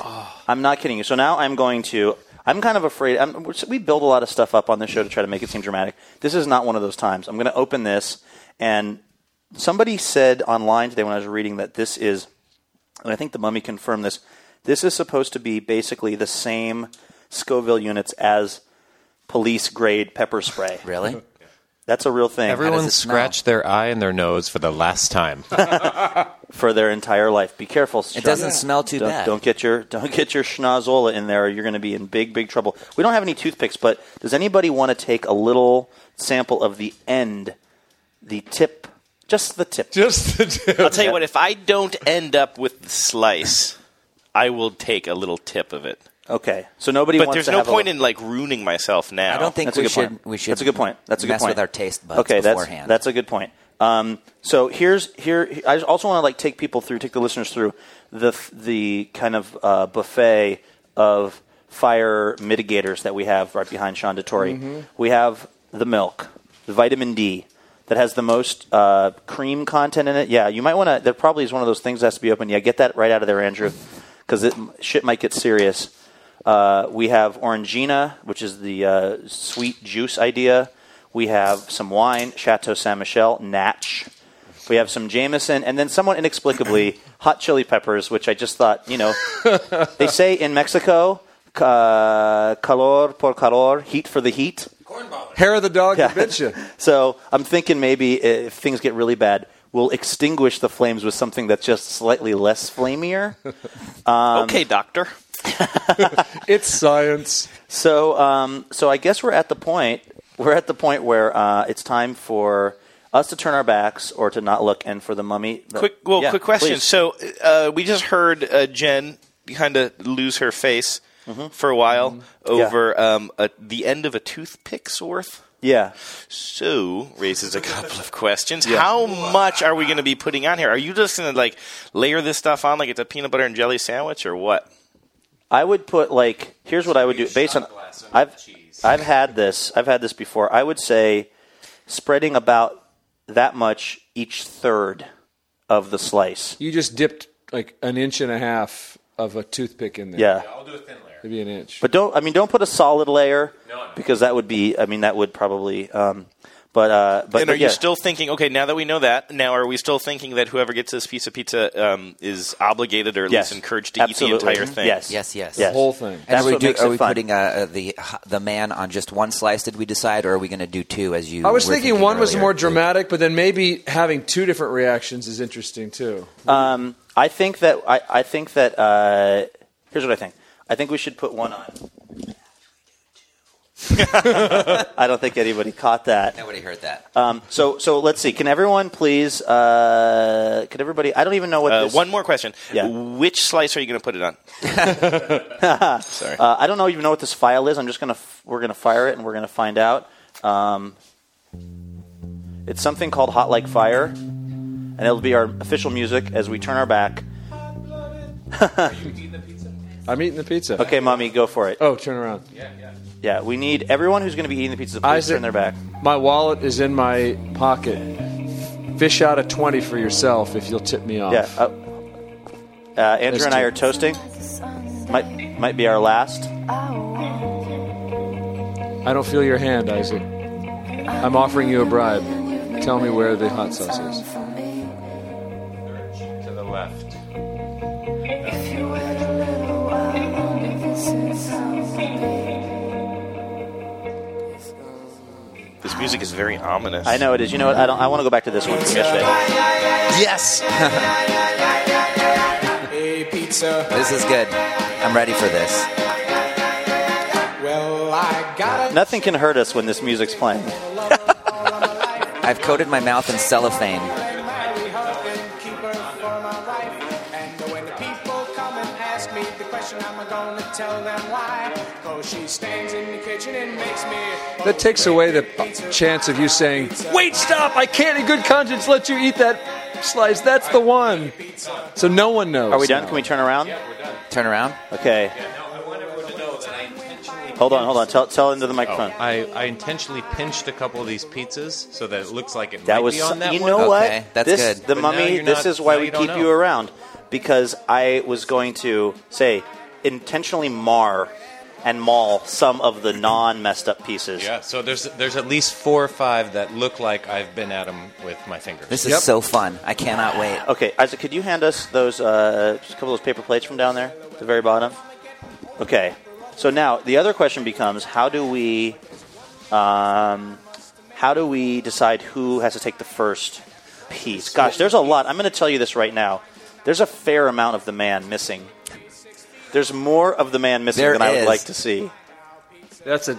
G: I'm not kidding you. So now I'm going to. I'm kind of afraid. I'm, we're- we build a lot of stuff up on this show to try to make it seem dramatic. This is not one of those times. I'm going to open this, and somebody said online today when I was reading that this is, and I think the mummy confirmed this. This is supposed to be basically the same Scoville units as police grade pepper spray.
L: Really?
G: That's a real thing.
O: Everyone scratched their eye and their nose for the last time.
G: for their entire life. Be careful. Sean.
L: doesn't smell too
G: Don't-
L: bad.
G: Don't get your don't get your schnozola in there. or You're going to be in big big trouble. We don't have any toothpicks, but does anybody want to take a little sample of the end, the tip, just the tip,
F: just the tip?
J: I'll tell you what. If I don't end up with the slice, I will take a little tip of it.
G: Okay. So nobody
J: But
G: wants
J: there's
G: to
J: no
G: have a
J: point
G: little-
J: in like ruining myself now.
L: I don't think
G: That's a
L: we
G: good
L: should.
G: point.
L: We should.
G: That's a good point. That's a good
L: mess
G: point.
L: with our taste buds
G: okay,
L: beforehand.
G: That's, that's a good point. Um, so here's here. I also want to like take people through, take the listeners through the the kind of uh, buffet of fire mitigators that we have right behind Sean Dettori.
P: Mhm.
G: We have the milk, the vitamin D. That has the most uh, cream content in it. Yeah, you might want to. That probably is one of those things that has to be open. Yeah, get that right out of there, Andrew, because shit might get serious. Uh, we have Orangina, which is the uh, sweet juice idea. We have some wine, Chateau Saint Michel, Natch. We have some Jameson, and then somewhat inexplicably, hot chili peppers, which I just thought, you know, they say in Mexico, uh, calor por calor, heat for the heat.
F: Hair of the dog that bit you.
G: So I'm thinking maybe if things get really bad, we'll extinguish the flames with something that's just slightly less flamier. Um,
J: okay, doctor.
F: it's science.
G: So, um, so I guess we're at the point. We're at the point where uh, it's time for us to turn our backs or to not look, and for the mummy.
J: Quick, well,
G: Yeah,
J: quick question.
G: please.
J: So uh, we just heard uh, Jen kind of lose her face
G: Mm-hmm.
J: for a while over um, a, the end of a toothpick's worth.
G: Yeah.
J: So raises a couple of questions. How much are we going to be putting on here? Are you just going to like layer this stuff on like it's a peanut butter and jelly sandwich or what?
G: I would put like here's what I would do based on I've I've had this I've had this before. I would say spreading about that much each third of the slice.
F: You just dipped like an inch and a half of a toothpick in there.
G: Yeah.
F: I'll do a thin layer. Maybe an inch.
G: But don't I mean don't put a solid layer because that would be I mean that would probably um but uh but,
J: and are
G: but yeah.
J: you still thinking? Okay, now that we know that, now are we still thinking that whoever gets this piece of pizza um, is obligated or at
G: Yes.
J: least encouraged to eat the
G: Absolutely.
J: entire thing?
G: Yes.
L: Yes, yes.
G: Yes. The whole thing.
L: And
G: That's
L: are we,
G: what
L: do,
G: makes
L: are
G: it
L: we
G: fun.
L: putting uh, uh, the the man on just one slice? Did we decide, or are we going to do two? As you,
F: I was
L: were
F: thinking, one was
L: earlier?
F: more dramatic, but then maybe having two different reactions is interesting too.
G: Um, I think that I, I think that uh, here's what I think. I think we should put one on. I don't think anybody caught that.
L: Nobody heard that.
G: Um, so, so let's see. Can everyone please? Uh, could everybody? I don't even know what.
J: Uh,
G: this,
J: one more question.
G: Yeah.
J: Which slice are you going to put it on?
G: Sorry. Uh, I don't know even know what this file is. I'm just gonna f- we're gonna fire it and we're gonna find out. Um, it's something called Hot Like Fire, and it'll be our official music as we turn our back.
F: I'm eating the pizza.
G: Okay, mommy, go for it.
F: Oh, turn around.
G: Yeah, we need everyone who's going to be eating the pizza. to Please
F: Isaac,
G: turn their back.
F: My wallet is in my pocket. Fish out a twenty for yourself if you'll tip me off.
G: Yeah. Uh, uh, Andrew
F: There's
G: and I
F: two.
G: are toasting. Might might be our last.
F: I don't feel your hand, Isaac. I'm offering you a bribe. Tell me where the hot sauce is.
M: To the left.
J: This music is very ominous.
G: I know it is. You know what? I don't. I want to go back to this one from yesterday.
J: Yes.
P: Hey, pizza.
L: This is good. I'm ready for this.
P: Well, I got
G: Nothing can hurt us when this music's playing.
L: I've coated my mouth in cellophane.
P: Ask me the question, I'm gonna tell them why. Cause she stands in the kitchen and makes me.
F: That takes away the chance of you saying, "Wait, stop! I can't, in good conscience, let you eat that slice. That's the one." So no one knows.
G: Are we done? Can we turn around? Yeah,
F: we're done.
L: Turn around.
G: Okay. Hold on, hold on. Tell, tell into the microphone.
O: Oh, I, I intentionally pinched a couple of these pizzas so that it looks like it
G: That
O: might
G: was
O: be on that
G: you
O: one.
G: know what? this, The
O: But now
G: mummy.
O: you're
G: This
O: not-
G: is why
O: now
G: we
O: don't
G: keep
O: know.
G: you around because I was going to say intentionally mar and maul some of the non messed up pieces.
O: Yeah, so there's there's at least four or five that look like I've been at them with my fingers.
L: This is so Oh, fun. I cannot wait.
G: Okay, Isaac, could you hand us those uh, just a couple of those paper plates from down there, at the very bottom? Okay. So now the other question becomes: How do we, um, how do we decide who has to take the first piece? Gosh, there's a lot. I'm going to tell you this right now. There's a fair amount of the man missing. There's more of the man missing
F: There
G: than I would
F: is.
G: like to see.
F: That's a.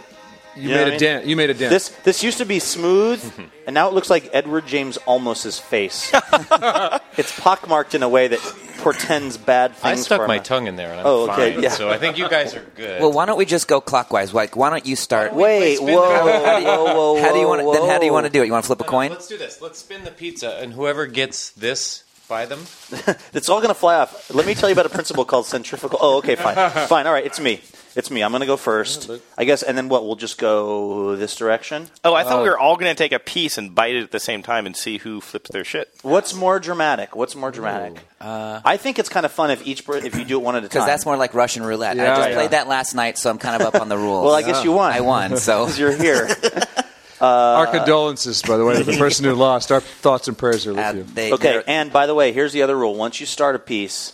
F: You,
G: know
F: made
G: what
F: a
G: I mean?
F: dent. You made a dent.
G: This this used to be smooth, and now it looks like Edward James Olmos's face. it's pockmarked in a way that portends bad
O: I
G: things.
O: stuck
G: for
O: my
G: him.
O: tongue in there and I'm
G: Oh, okay,
O: fine.
G: yeah.
O: So I think you guys are good.
L: Well, why don't we just go clockwise? Like, why don't you start?
G: Wait, whoa,
L: How do you,
G: whoa, whoa,
L: how do you want?
G: whoa,
L: Then how do you want to
G: whoa.
L: do it? You want to flip a coin?
O: Let's do this. Let's spin the pizza, and whoever gets this by them.
G: It's all going to fly off. Let me tell you about a principle called centrifugal. Oh, okay, fine, fine. All right, it's me. It's me. I'm going to go first, I guess. And then what? We'll just go this direction. Uh,
J: Oh, I thought we were all going to take a piece and bite it at the same time and see who flips their shit.
G: What's more dramatic? What's more dramatic? I think it's kind of fun if each per- if you do it one at a time.
L: Because that's more like Russian roulette. I
G: Yeah,
L: just
G: yeah.
L: played that last night, so I'm kind of up on the rules.
G: Well, I guess you won.
L: I won. So
G: 'Cause you're here. uh,
F: Our condolences, by the way, to the person who lost. Our thoughts and prayers are with you.
G: okay, and by the way, here's the other rule: once you start a piece,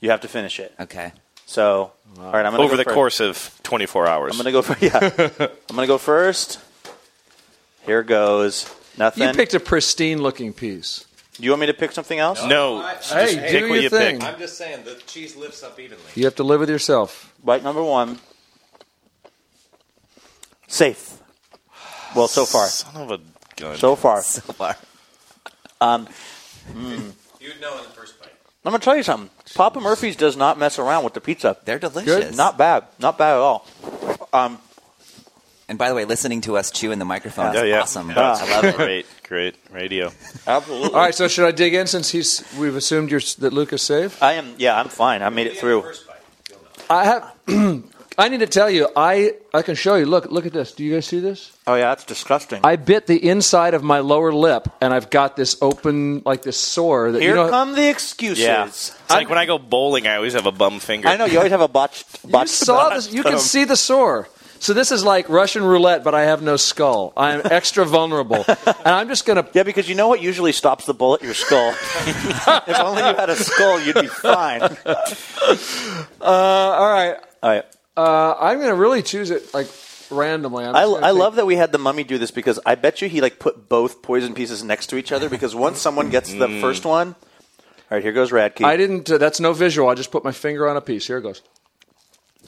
G: you have to finish it.
L: Okay.
G: So, all right, I'm gonna
J: Over
G: go
J: the
G: first.
J: course of 24 hours.
G: I'm gonna go for yeah. I'm gonna go first. Here goes nothing.
F: You picked a pristine looking piece.
G: you want me to pick something else?
J: No.
F: Hey, do your thing.
O: I'm just saying the cheese lifts up evenly.
F: You have to live with yourself.
G: Bite number one. Safe. Well, so far.
J: Son of a gun.
G: So far.
L: So far.
G: Um, mm.
O: You'd know in the first bite.
G: I'm gonna tell you something. Papa Murphy's does not mess around with the pizza.
L: They're delicious.
G: Not bad. Not bad at all. Um,
L: and by the way, listening to us chew in the microphone
J: Yeah,
L: is
J: yeah.
L: awesome.
J: Yeah.
L: I love it.
J: Great, great radio.
G: Absolutely.
F: All right, so should I dig in since he's? We've assumed you're, that Luca's safe.
G: I am. Yeah, I'm fine. I made it through.
F: I have. I need to tell you. I I can show you. Look, look at this. Do you guys see this?
G: Oh yeah, that's disgusting.
F: I bit the inside of my lower lip, and I've got this open, like this sore. That,
G: Here
F: you know,
G: come the excuses.
J: Yeah. It's like when I go bowling, I always have a bum finger.
G: I know you always have a botched.
F: You
G: botched
F: saw this. You can
G: um,
F: see the sore. So this is like Russian roulette, but I have no skull. I'm extra vulnerable, and I'm just gonna.
G: Yeah, because you know what usually stops the bullet? Your skull. if only you had a skull, you'd be fine.
F: Uh, all right.
G: All right.
F: Uh, I'm gonna really choose it like randomly. I'm
G: I,
F: just gonna
G: I
F: take-
G: love that we had the mummy do this because I bet you he like put both poison pieces next to each other because once someone gets the
F: Mm.
G: first one, all right, here goes Radke.
F: I didn't. Uh, that's no visual. I just put my finger on a piece. Here it goes.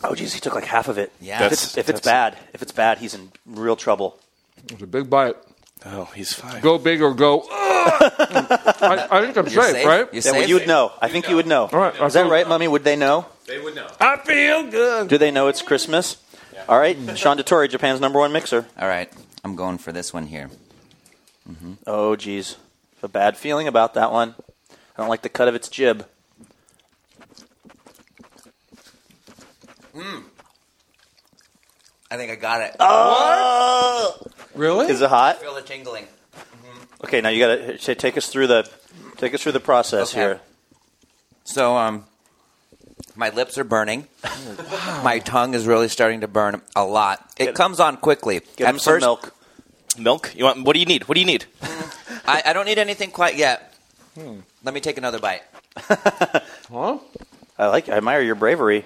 G: Oh, geez, he took like half of it.
J: Yeah.
G: If
J: That's-
G: it's, if it's
J: that's-
G: bad, if it's bad, he's in real trouble.
F: It was a big bite.
J: Oh, he's fine.
F: Go big or go. I, I think I'm
G: You're
F: safe,
G: safe.
F: right?
G: You're Yeah, well, safe. you would know. I think you would know.
F: All right.
G: Is that right, Mummy? Would they know?
F: They would know. I feel good.
G: Do they know it's Christmas? All right, Sean Dottore, Japan's number one mixer.
L: All right, I'm going for this one here. Mm-hmm.
G: Oh, geez, a bad feeling about that one. I don't like the cut of its jib.
L: Hmm. I think I got it. Oh!
G: Uh, Really? Uh, Is it hot?
L: I feel the tingling.
G: Okay, now you gotta t- take us through the take us through the process
L: Okay.
G: here.
L: So, um, my lips are burning. My tongue is really starting to burn a lot. It comes on quickly.
J: get
L: At
J: him some
L: first-
J: milk. Milk? You want? What do you need? What do you need?
L: I, I don't need anything quite yet.
F: Hmm.
L: Let me take another bite.
G: Huh? I like. I admire your bravery.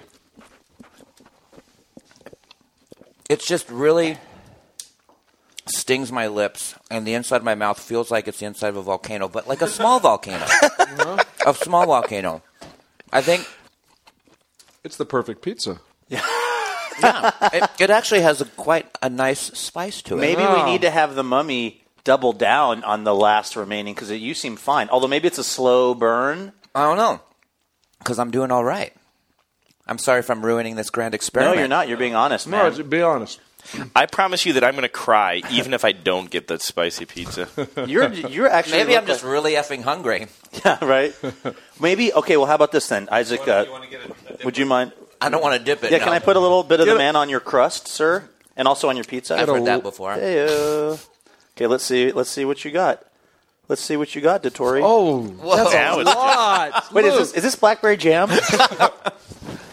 L: It's just really stings my lips, and the inside of my mouth feels like it's the inside of a volcano, but like a small volcano, a small volcano. I think
F: It's the perfect pizza.
L: yeah, it, it actually has a, quite a nice spice to it.
G: Maybe
F: Oh.
G: we need to have the mummy double down on the last remaining because you seem fine. Although maybe it's a slow burn.
L: I don't know, because I'm doing all right. I'm sorry if I'm ruining this grand experiment.
G: No, you're not. You're being honest, man.
F: be honest.
J: I promise you that I'm going to cry, even if I don't get that spicy pizza.
G: You're you're actually.
L: Maybe
G: look
L: I'm just
G: like-
L: really effing hungry.
G: yeah, right. Maybe okay. Well, how about this then, Isaac? uh, would you mind?
L: I don't want to dip it,
G: Yeah,
L: no.
G: can I put a little bit of
L: Get
G: the
L: it.
G: man on your crust, sir, and also on your pizza?
L: I've heard that before.
F: uh,
G: Hey-o. Okay, let's see. Let's see what you got. Let's see what you got, Dottori.
F: Oh,
J: that's a That was just- lot.
G: Wait, is this is this blackberry jam?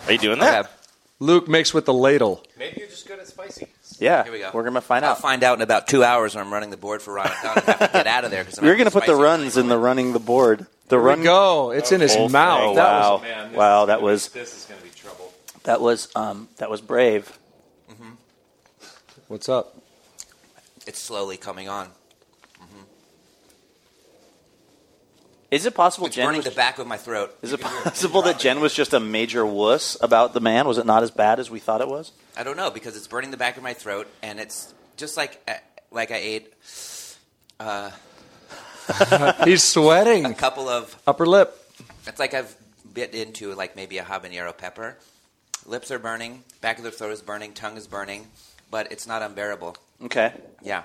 J: Are you doing that?
F: Luke makes with the ladle.
O: Maybe you're just good at spicy.
G: Yeah,
L: Here we go.
G: we're gonna find
L: I'll
G: out.
L: find out in about two hours when I'm running the board for Ron. I have to get out of there because
G: We're gonna put the runs in the running the board. The
F: Here we
G: run
F: go. It's in his
G: Oh,
F: mouth.
G: oh,
F: That
G: wow,
F: was-
G: wow, that was
O: This is going to be trouble.
G: that was um that was brave.
F: What's up?
L: Mm-hmm. It's slowly coming on. Mm-hmm.
G: Is it possible
L: It's
G: Jen
L: burning
G: was-
L: the back of my throat.
G: Is it possible that Jen was just a major wuss about the man? Was it not as bad as we thought it was?
L: I don't know because it's burning the back of my throat, and it's just like uh, like I ate uh,
F: He's sweating.
L: a couple of.
F: Upper lip.
L: It's like I've bit into like maybe a habanero pepper. Lips are burning, back of the throat is burning, tongue is burning, but it's not unbearable.
G: Okay.
L: Yeah.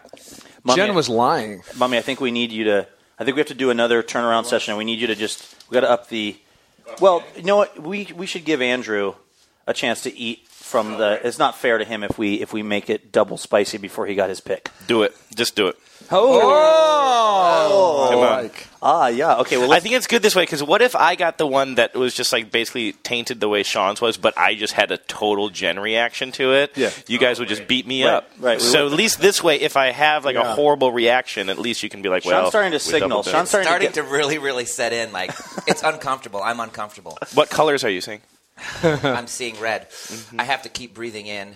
F: Jen was lying.
G: Mommy, I think we need you to. I think we have to do another turnaround session. and We need you to just. We got to up the. Well, you know what? We we should give Andrew a chance to eat from the. It's not fair to him if we if we make it double spicy before he got his pick.
J: Do it. Just do it.
F: Oh,
J: Come on.
G: ah, yeah. Okay. Well,
J: I think it's good this way because what if I got the one that was just like basically tainted the way Sean's was, but I just had a total Jen reaction to it?
G: Yeah.
J: You guys would just beat me
G: Right,
J: up.
G: right. We
J: So
G: would-
J: at least this way, if I have like
G: Yeah.
J: a horrible reaction, at least you can be like,
G: Sean's
J: well,
G: starting to
J: we
G: signal.
J: doubled it.
G: Sean's starting to
L: Starting to really, really set in. Like, it's uncomfortable. I'm uncomfortable.
J: What colors are you seeing?
L: I'm seeing red.
G: Mm-hmm.
L: I have to keep breathing in.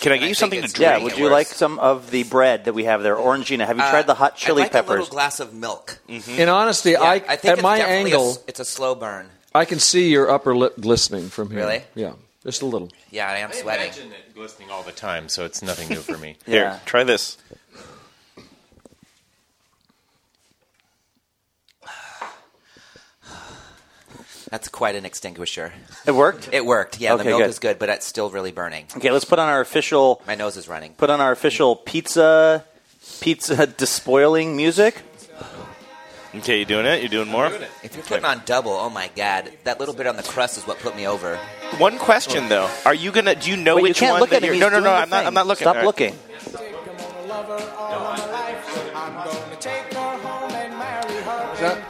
J: Can I
L: And
J: get you something to
L: think
J: drink?
L: it's making
G: Yeah. Would
L: it
G: you
L: worse.
G: like some of the bread that we have there, Orangina? Have you tried the hot
L: Uh,
G: chili
L: I'd like A
G: peppers? Mm-hmm.
L: little glass of milk.
F: In honesty,
L: Yeah,
F: I,
L: think
F: at
L: it's
F: my
L: definitely a s-
F: angle,
L: it's a slow burn.
F: I can see your upper lip glistening from here.
L: Really?
F: Yeah, just a little.
L: Yeah, I am
O: I
L: sweating.
O: imagine it glistening all the time, so it's nothing new for me.
J: Here, try this.
L: That's quite an extinguisher.
G: It worked.
L: It worked. Yeah,
G: Okay,
L: the milk
G: good.
L: is good, but it's still really burning.
G: Okay. Let's put on our official.
L: My nose is running.
G: Put on our official pizza pizza despoiling music.
J: Okay, you doing it? You doing more?
L: If you're putting on double, oh my god, that little bit on the crust is what put me over.
J: One question though: Are you gonna? Do you know
L: Wait, you
J: which
L: can't
J: one?
L: look
J: that
L: at him.
J: you're-
L: He's
J: No, no,
L: doing
J: no.
L: the
J: I'm not.
L: thing.
J: I'm not looking.
G: Stop
J: All right.
G: looking.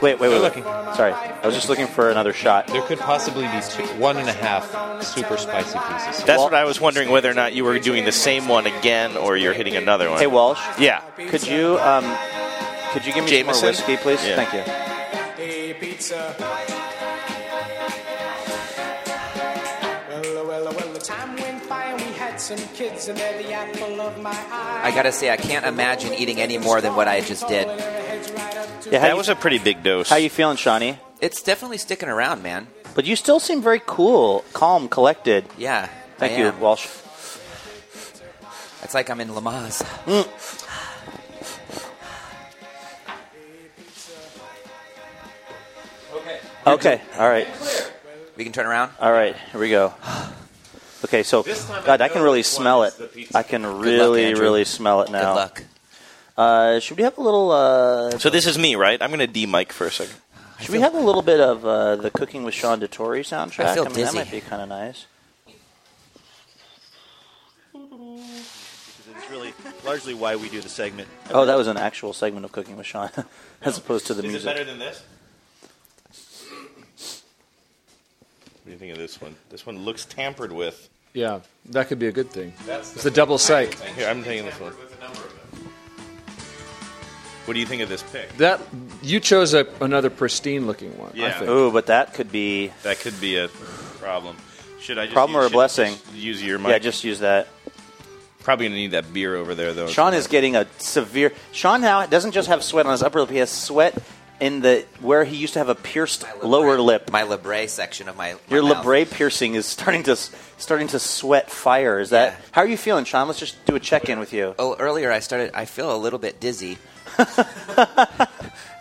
G: Wait, wait, wait.
O: looking.
G: Sorry, I was just looking for another shot.
O: There could possibly be two, one and a half super spicy pieces.
J: That's what I was wondering whether or not you were doing the same one again or you're hitting another one.
G: Hey Walsh.
J: Yeah.
G: Could you um, could you give me some
J: Jameson?
G: more whiskey, please?
J: Yeah.
G: Thank you.
P: Hey, pizza. Well, well, well, the time went by and we had some kids and they're the apple of my eye.
L: I gotta say, I can't imagine eating any more than what I just did.
G: Yeah, how
J: that
G: you-
J: was a pretty big dose.
G: How you feeling, Shawnee?
L: It's definitely sticking around, man.
G: But you still seem very cool, calm, collected.
L: Yeah,
G: Thank
L: I
G: you,
L: am.
G: Walsh.
L: It's like I'm in Lamaze.
G: Mm. Okay. All right.
L: We can turn around.
G: All right. Here we go. Okay. So,
L: This time I
G: God, I can
L: know
G: really
L: which one
G: smell it.
L: is the pizza.
G: I can
L: Good luck,
G: really,
L: Andrew.
G: really smell it
L: Good
G: now.
L: luck.
G: Uh, should we have a little? Uh,
J: So this is me, right? I'm going to D mic for a second.
G: Should we have a little bit of uh, the Cooking with Sean Dottori soundtrack?
J: I feel
G: mean, that
J: dizzy.
G: might be kind of nice.
Q: It's really largely why we do the segment.
G: Oh, that was an actual segment of Cooking with Sean, as opposed to the
J: is
G: music.
J: it better than this? What do you think of this one? This one looks tampered with.
F: Yeah, that could be a good thing.
J: That's
F: it's a double psych.
J: Here, I'm taking this one. What do you think of this pick?
F: That you chose a, another pristine looking one. I
J: Yeah.
F: think.
G: Ooh, but that could be
J: that could be a problem. Should I just
G: Problem
J: use-
G: or a
J: should I
G: blessing?
J: just Use your mic.
G: Yeah, just use that.
J: Probably gonna need that beer over there though.
G: Sean is getting a severe. Sean now doesn't just have sweat on his upper lip; he has sweat in the where he used to have a pierced lower lip.
L: My labrae section of my, my
G: Your
L: mouth.
G: labrae piercing is starting to starting to sweat fire. Is that how are you feeling, Sean? Let's just do a check in with you.
L: Oh, earlier I started. I feel a little bit dizzy.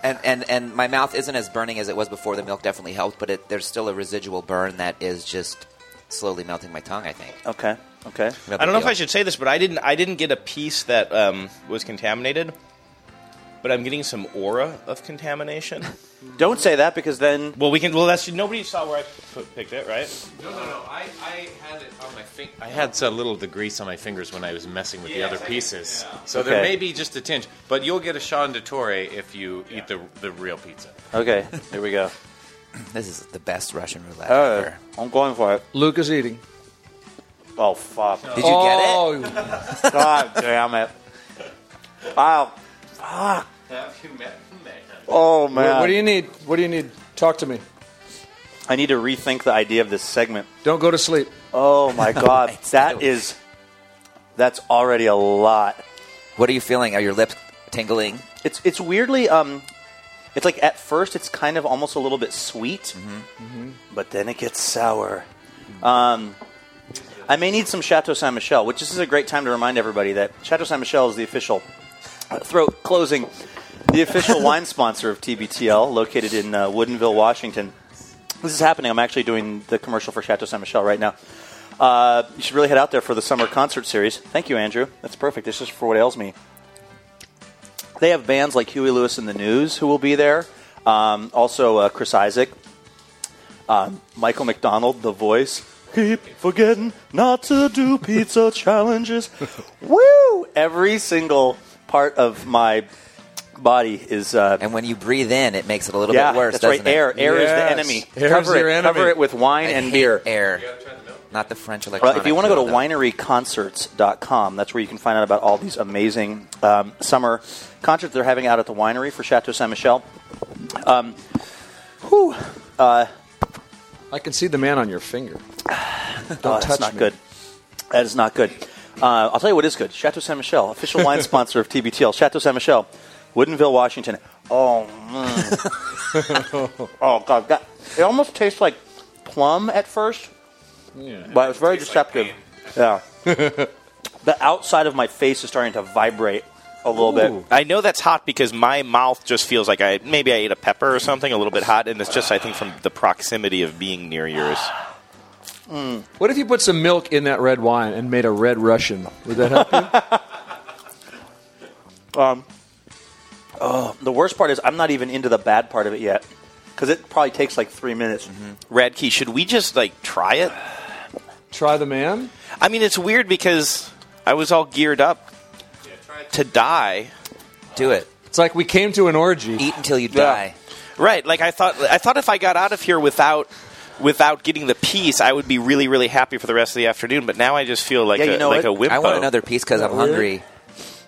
L: and, and and my mouth isn't as burning as it was before. The milk definitely helped, but it, there's still a residual burn that is just slowly melting my tongue. I think.
G: Okay. Okay.
J: I don't know if I should say this, but I didn't. I didn't get a piece that um, was contaminated, but I'm getting some aura of contamination.
G: Don't say that because then.
J: Well, we can. Well, that's nobody saw where I put, picked it, right?
O: No, no, no. I, I had it on my finger. I had a little of the grease on my fingers when I was messing with
J: Yeah,
O: the other
J: it's like-
O: pieces.
J: yeah.
O: So
G: Okay.
O: there may be just a tinge, but you'll get a Sean Dottore if you eat the, the real pizza.
G: Okay. Here we go.
L: this is the best Russian roulette
G: Oh,
L: ever.
G: I'm going for it.
F: Luke is eating.
G: Oh fuck!
L: Did you get it?
G: get
F: Oh.
G: it? God damn it! Wow. Fuck.
O: Have you met the man?
G: Oh
F: What-
G: man.
F: What, do you need? What do you need? Talk to me.
G: I need to rethink the idea of this segment.
F: Don't go to sleep.
G: Oh my god, that is that's already a lot.
L: What are you feeling? Are your lips tingling?
G: It's it's weirdly um it's like at first it's kind of almost a little bit sweet,
L: Mm-hmm.
G: but then it gets sour. Um I may need some Chateau Saint Michel, which this is a great time to remind everybody that Chateau Saint Michel is the official uh, throat closing, the official wine sponsor of TBTL, located in uh, Woodinville, Washington. This is happening. I'm actually doing the commercial for Chateau Saint Michel right now. Uh, you should really head out there for the summer concert series. Thank you, Andrew. That's perfect. This is for what ails me. They have bands like Huey Lewis and the News who will be there. Um, also, uh, Chris Isaac, uh, Michael McDonald, The Voice. Keep forgetting not to do pizza challenges. Woo! Every single part of my body is. Uh,
L: and when you breathe in, it makes it a little
G: yeah,
L: bit worse.
G: That's right.
L: doesn't it?
G: Air. Air is the enemy. cover it. Cover it with wine
L: I
G: and
L: hate
G: beer.
L: Air, not the French electronic.
G: Well, if you want to go to
L: dildo.
G: wineryconcerts.com, that's where you can find out about all these amazing um, summer concerts they're having out at the winery for Chateau Saint Michel. Um, whew, uh,
F: I can see the man on your finger. Don't
G: oh,
F: touch
G: that's not
F: me.
G: good. That is not good. Uh, I'll tell you what is good. Chateau Saint Michel, official wine sponsor of TBTL. Chateau Saint Michel, Woodinville, Washington. Oh, mm. oh God, that, it almost tastes like plum at first. but it's very deceptive. yeah. the outside of my face is starting to vibrate a little bit.
J: I know that's hot because my mouth just feels like I maybe I ate a pepper or something a little bit hot, and it's just I think from the proximity of being near yours.
G: Hmm.
F: What if you put some milk in that red wine and made a red Russian? Would that help you?
G: Um, oh, the worst part is I'm not even into the bad part of it yet because it probably takes like three minutes.
L: Mm-hmm.
J: Radkey, should we just like try it?
F: Try the man.
J: I mean, it's weird because I was all geared up to die.
L: Do it.
F: It's like we came to an orgy.
L: Eat until you
J: die. Right. Like I thought. I thought if I got out of here without without getting the piece, I would be really really happy for the rest of the afternoon. But now I just feel like a, like a whip.
L: I want another piece because I'm hungry,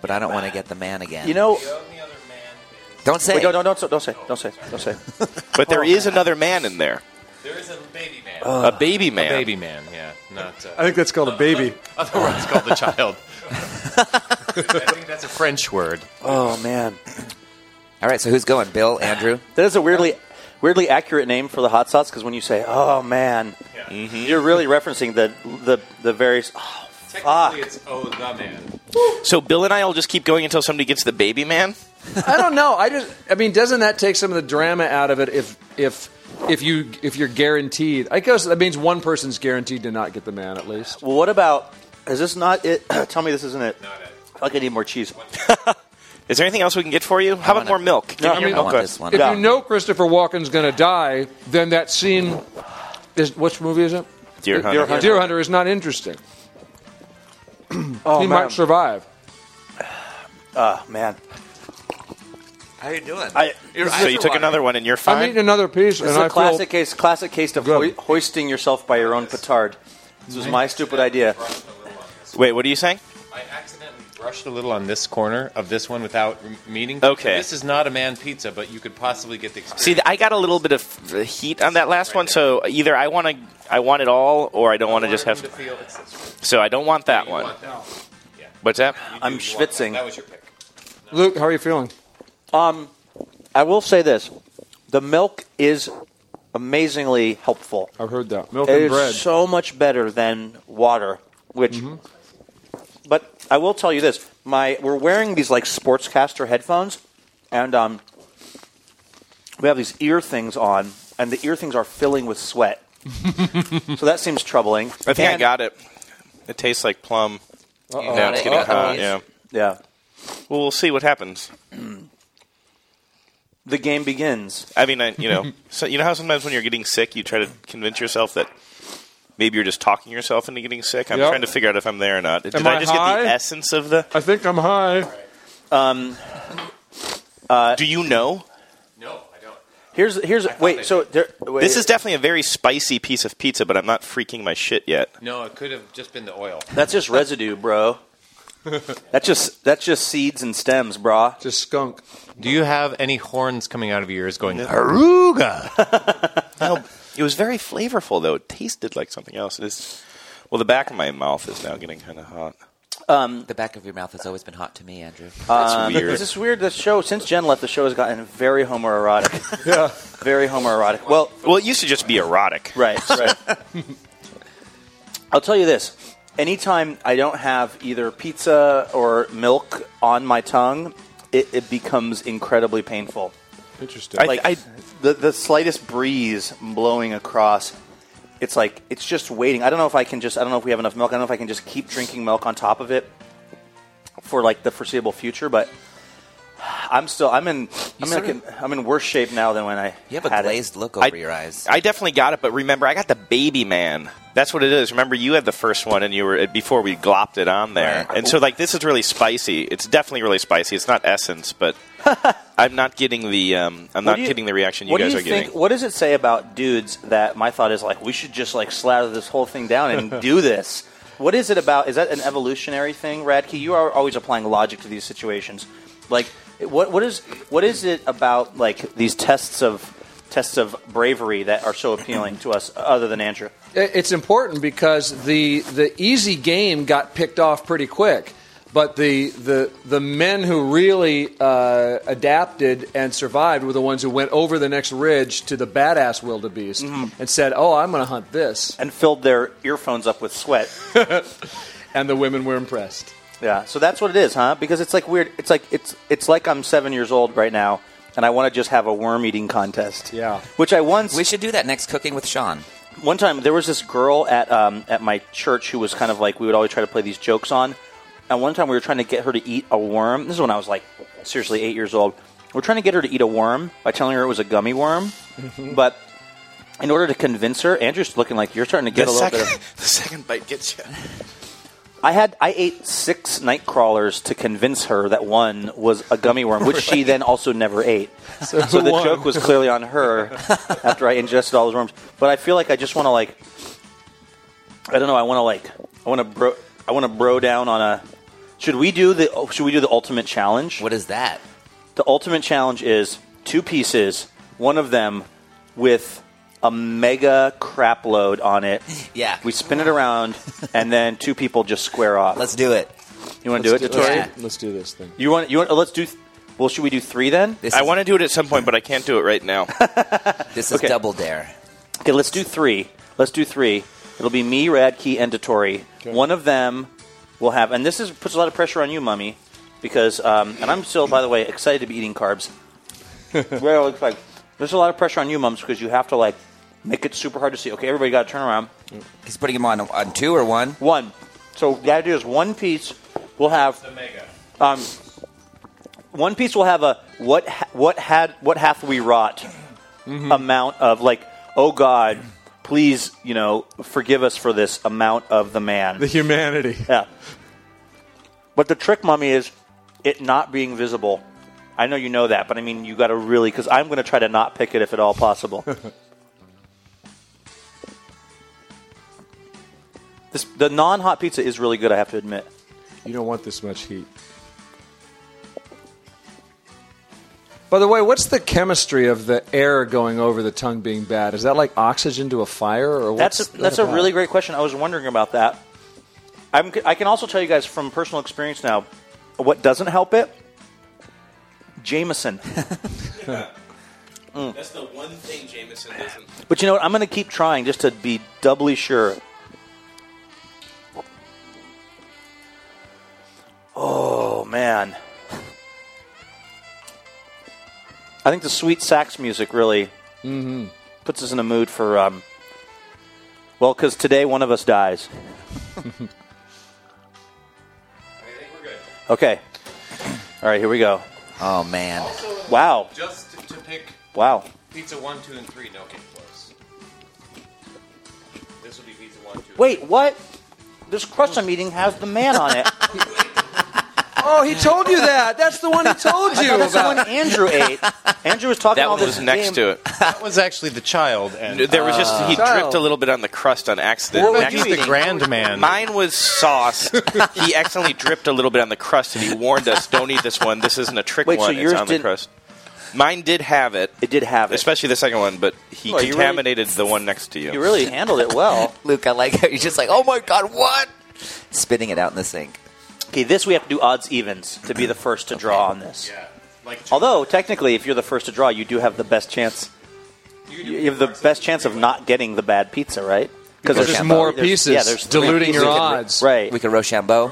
L: but I don't want to get the man again.
G: You know,
L: don't say.
G: Wait, don't, don't, don't, don't say, don't say, don't say.
J: But there is another man in there.
O: There is a baby man. Uh,
J: A baby man.
O: A baby man. Yeah. Not. Uh,
F: I think that's called a baby.
O: Otherwise called the child. I think that's a French word.
G: Oh man!
L: All right, so who's going? Bill, Andrew.
G: That is a weirdly weirdly accurate name for the hot sauce because when you say "oh man,"
L: Mm-hmm.
G: You're really referencing the the the various. Oh,
O: Technically, it's oh the man.
J: So Bill and I will just keep going until somebody gets the baby man.
F: I don't know. I just I mean, doesn't that take some of the drama out of it if if if you if you're guaranteed? I guess that means one person's guaranteed to not get the man at least.
G: Well, what about? Is this not it? Tell me this isn't it. I feel like I need more cheese.
J: Is there anything else we can get for you? How about more milk?
F: No, I mean,
J: Okay.
F: If you know Christopher Walken's going to die, then that scene is which movie is it?
J: Deer Hunter.
F: Deer Hunter, is not interesting.
G: Oh,
F: he
G: man.
F: might survive.
G: Ah, man.
L: How you doing?
G: I,
J: so you took another one and you're fine.
F: I'm eating another piece,
G: This is
F: and I
G: a
F: feel-
G: classic case. Classic case of hoi- hoisting yourself by your own petard. This was my stupid idea.
J: Wait, what are you saying?
O: I accidentally brushed a little on this corner of this one without m- meaning. to.
J: Okay.
O: This is not a man pizza, but you could possibly get the experience.
J: See, I got a little bit of uh, heat on that last one, so either I want to, I want it all, or I don't want to just have.
O: to feel it's-
J: So I don't want that one. What's that?
G: I'm schwitzing.
O: That was your pick.
F: Luke, how are you feeling?
G: Um, I will say this: the milk is amazingly helpful.
F: I've heard that milk
G: It
F: and
G: is
F: bread. Mm-hmm.
G: so much better than water, which. But I will tell you this: my we're wearing these like sportscaster headphones, and um, we have these ear things on, and the ear things are filling with sweat. so that seems troubling.
J: I think I
G: And-
J: got it. It tastes like plum.
G: Uh-oh.
J: Now it's getting
G: Uh-oh.
J: hot. Uh, Yeah.
G: Yeah.
J: Well, we'll see what happens.
G: The game begins.
J: I mean, I, you know, so you know how sometimes when you're getting sick, you try to convince yourself that maybe you're just talking yourself into getting sick. I'm
F: Yep.
J: trying to figure out if I'm there or not. Did
F: Am
J: I
F: I
J: just get the
F: high?
J: essence of the?
F: I think I'm high.
G: Um, uh,
J: Do you know?
O: No, I don't.
G: Here's here's wait. So there, wait,
J: This is definitely a very spicy piece of pizza, but I'm not freaking my shit yet.
O: No, it could have just been the oil.
G: that's just residue, bro. That's just that's just seeds and stems, brah.
F: Just skunk.
O: Do you have any horns coming out of your ears going?
J: No, it was very flavorful though. It tasted like something else. It's well, the back of my mouth is now getting kind of hot.
G: Um,
L: the back of your mouth has always been hot to me, Andrew.
G: Um, This is weird. The show since Jen left, the show has gotten very homoerotic.
F: yeah,
G: very homoerotic. Well,
J: well, it used to just be erotic.
G: Right, right. I'll tell you this. Anytime I don't have either pizza or milk on my tongue, it, it becomes incredibly painful.
F: Interesting.
G: Like I, the the slightest breeze blowing across, it's like it's just waiting. I don't know if I can just. I don't know if we have enough milk. I don't know if I can just keep drinking milk on top of it for like the foreseeable future. But I'm still. I'm in. I'm in,
J: sort
G: like in, I'm in worse shape now than when I. You have had it.
J: I, I definitely got it, but remember, I got the baby man. That's what it is. Remember, you had the first one, and you were before we glopped it on there, and so like this is really spicy. It's definitely really spicy. It's not essence, but I'm not getting the um, I'm
G: What
J: not
G: do you-
J: getting the reaction you
G: what do
J: guys
G: you
J: are
G: think,
J: getting.
G: What does it say about dudes that my thought is like we should just like slather this whole thing down and do this? What is it about? Is that an evolutionary thing, Radke? You are always applying logic to these situations. Like, what what is what is it about like these tests of tests of bravery that are so appealing to us, other than Andrew?
F: It- It's important because the the easy game got picked off pretty quick, but the the the men who really uh, adapted and survived were the ones who went over the next ridge to the badass wildebeest and said, "Oh, I'm going to hunt this,"
G: Mm-hmm. and filled their earphones up with sweat.
F: and the women were impressed.
G: Yeah, so that's what it is, huh? Because it's like weird. It's like it's it's like I'm seven years old right now, and I want to just have a worm eating contest.
F: Yeah.
G: Which I once
L: we should do that next cooking with Sean.
G: One time, there was this girl at um, at my church who was kind of like we would always try to play these jokes on. And one time, we were trying to get her to eat a worm. This is when I was like seriously eight years old. We're trying to get her to eat a worm by telling her it was a gummy worm, but in order to convince her, Andrew's looking like you're starting to get
J: the
G: a little
J: second,
G: bit of.
J: the second bite gets you.
G: I had I ate six night crawlers to convince her that one was a gummy worm, which she then also never ate.
F: So
G: So,
F: who
G: the
F: won?
G: joke was clearly on her after I ingested all those worms. But I feel like I just want to like I don't know. I want to like I want to bro I want to bro down on a. Should we do the oh, Should we do the ultimate challenge? What
L: is that?
G: The ultimate challenge is two pieces, one of them with a mega crap load on it.
L: Yeah.
G: We spin it around, and then two people just square off. Let's
L: do it.
G: You want to do it, Tori?
F: Let's do this thing.
G: You want? You want? Let's do. Th- well, should we do three then?
J: I want to do it at some point, but I can't do it right now.
L: this is double dare.
G: Okay, let's do three. Let's do three. It'll be me, Radke, and Dottori. One of them will have, and this is puts a lot of pressure on you, Mummy, because, um, and I'm still, by the way, excited to be eating carbs. well, it's like there's a lot of pressure on you, mums, because you have to like make it super hard to see. Okay, everybody got to turn around.
L: He's putting him on on two or one.
G: One. So the idea is one piece will have the mega. Um, one piece will have a what ha- what had what hath we wrought Mm-hmm. amount of like oh god please you know forgive us for this amount of the man the
F: humanity
G: yeah but the trick mummy is it not being visible I know you know that but I mean you got to really because I'm going to try to not pick it if at all possible this the non hot pizza is really good I have to admit
F: You don't want this much heat. By the way, what's the chemistry of the air going over the tongue being bad? Is that like oxygen to a fire, or what's
G: That's a, that's a
F: about?
G: really great question. I was wondering about that. I'm, I can also tell you guys from personal experience now what doesn't help it. Jameson. Mm.
J: That's the one thing Jameson doesn't.
G: But you know what? I'm going to keep trying just to be doubly sure. Oh man. I think the sweet sax music really
L: Mm-hmm.
F: Mhm.
G: puts us in a mood for um well cuz today one of us dies. Okay. All right, here we go.
L: Oh man.
G: Wow.
O: Just to pick
G: Wow.
O: pizza one, two, and three don't get close. This will be pizza one, two.
G: Wait, what? This crust I'm eating has the man on it.
F: Oh, he told you that. That's the one he told
G: I
F: you
G: thought that's the
F: about.
G: one Andrew ate. Andrew was talking
J: That
G: all
J: one
G: this
J: was next
G: game.
J: to it.
O: That was actually the child. And
J: No, There was just he
O: Uh,
J: dripped a little bit on the crust on accident.
O: What were
J: Next
O: you
J: thing-
O: eating? The grand man.
J: Mine was sauce. he accidentally dripped a little bit on the crust, and he warned us, "Don't eat this one. This isn't a trick
G: Wait, so
J: one.
G: yours
J: it's on the
G: didn't-
J: crust." Mine did have it.
G: It did have it,
J: especially the second one. But he
G: Well, you really-
J: contaminated the one next to you.
G: You really handled it well.
R: Luke, I like how you're just like, oh my god, what? Spitting it out in the sink.
G: Okay, this we have to do odds evens to be the first to draw on this. Yeah. Although technically, if you're the first to draw, you do have the best chance. You, have the best chance of not getting the bad pizza, right?
F: Because there's more pieces
G: yeah, there's three
F: diluting
G: pieces.
F: your odds.
G: Right.
R: We could Rochambeau.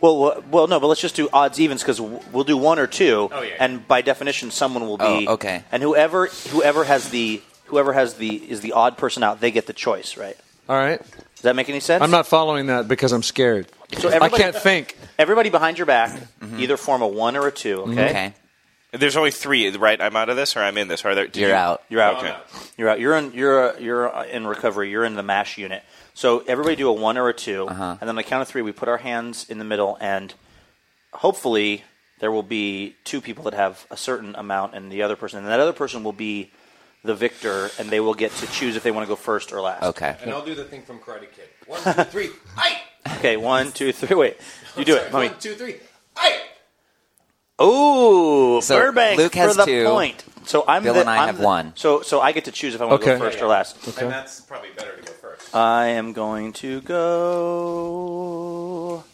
G: Well, well, well, no, but let's just do odds evens because we'll do one or two, and by definition, someone will be
R: Oh, okay.
G: And whoever whoever has the whoever has the is the odd person out, they get the choice, right?
F: All right.
G: Does that make any sense?
F: I'm not following that because I'm scared. I can't think.
G: Everybody behind your back,
L: Mm-hmm.
G: either form a one or a two. Okay.
J: Okay. There's only three, right? I'm out of this, or I'm in this. Or are there, did
G: You're
J: you-
G: out. You're out.
J: Okay.
G: You're out. You're in. You're uh, you're uh, in recovery. You're in the mash unit. So everybody do a one or a 2 and then on the count of three, we put our hands in the middle, and hopefully there will be two people that have a certain amount, and the other person, and that other person will be the victor, and they will get to choose if they want to go first or last.
O: And I'll do the thing from Karate Kid. One, two, three. Aye!
G: Okay. One, two, three. Wait. You do it, mommy.
O: One, two, three. Aye!
G: Ooh,
R: So
G: Burbank
R: Luke has
G: for the
R: two.
G: point. So I'm
R: Bill
G: the,
R: and I
G: I'm
R: have
G: the-
R: one.
G: So so I get to choose if I want to
R: Okay.
G: go first or last.
O: And that's probably better to go first.
G: I am going to go.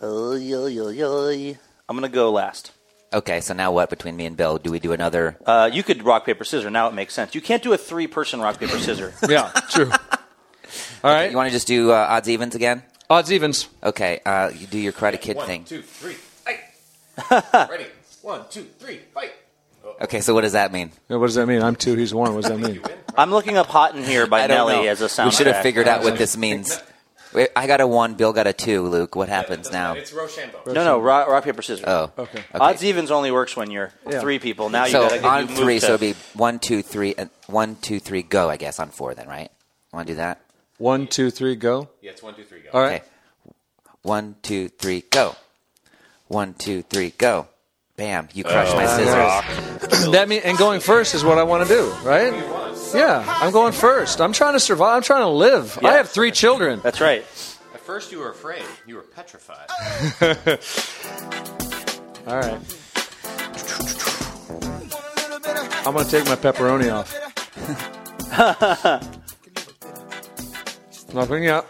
G: Oh, Oy, oy, oy, oy. I'm going to go last.
R: Okay, so now what between me and Bill? Do we do another?
G: Uh, you could rock paper scissors. Now it makes sense. You can't do a three person rock paper scissors.
F: yeah, true. All right.
R: You want to just do uh, odds evens again?
F: Odds evens.
R: Okay, uh, you do your Karate Kid
O: One,
R: thing.
O: two, three. Aye! Ready? One, two, three. Fight!
R: Okay, so what does that mean?
F: Yeah, what does that mean? I'm two. He's one. What does that mean?
G: I'm looking up "Hot in Here" by
R: I don't
G: Nelly
R: know.
G: as a soundtrack.
R: We should have figured out what this means. Wait, I got a one. Bill got a two. Luke, what happens now?
O: Rochambeau.
G: No, no, rock, rock paper scissors.
R: Oh,
G: okay.
R: okay.
G: Odds evens only works when you're
R: Yeah.
G: three people. Now you
R: so
G: got to
R: on
G: you move
R: three,
G: to-
R: so it'd be one, two, three, and one, two, three, go. I guess on four, then right? Want to do that?
F: One, two, three, go.
O: Yeah, it's one, two, three, go.
F: All right.
R: One, two, three, go. One, two, three, go. Bam! You crushed my
F: Oh,
R: scissors.
F: that mean and going first is what I want to do, right? Yeah, I'm going first. I'm trying to survive. I'm trying to live. I have three children.
G: That's right.
O: At first you were afraid. You were petrified.
F: All right. I'm gonna take my pepperoni off. Nothing yet.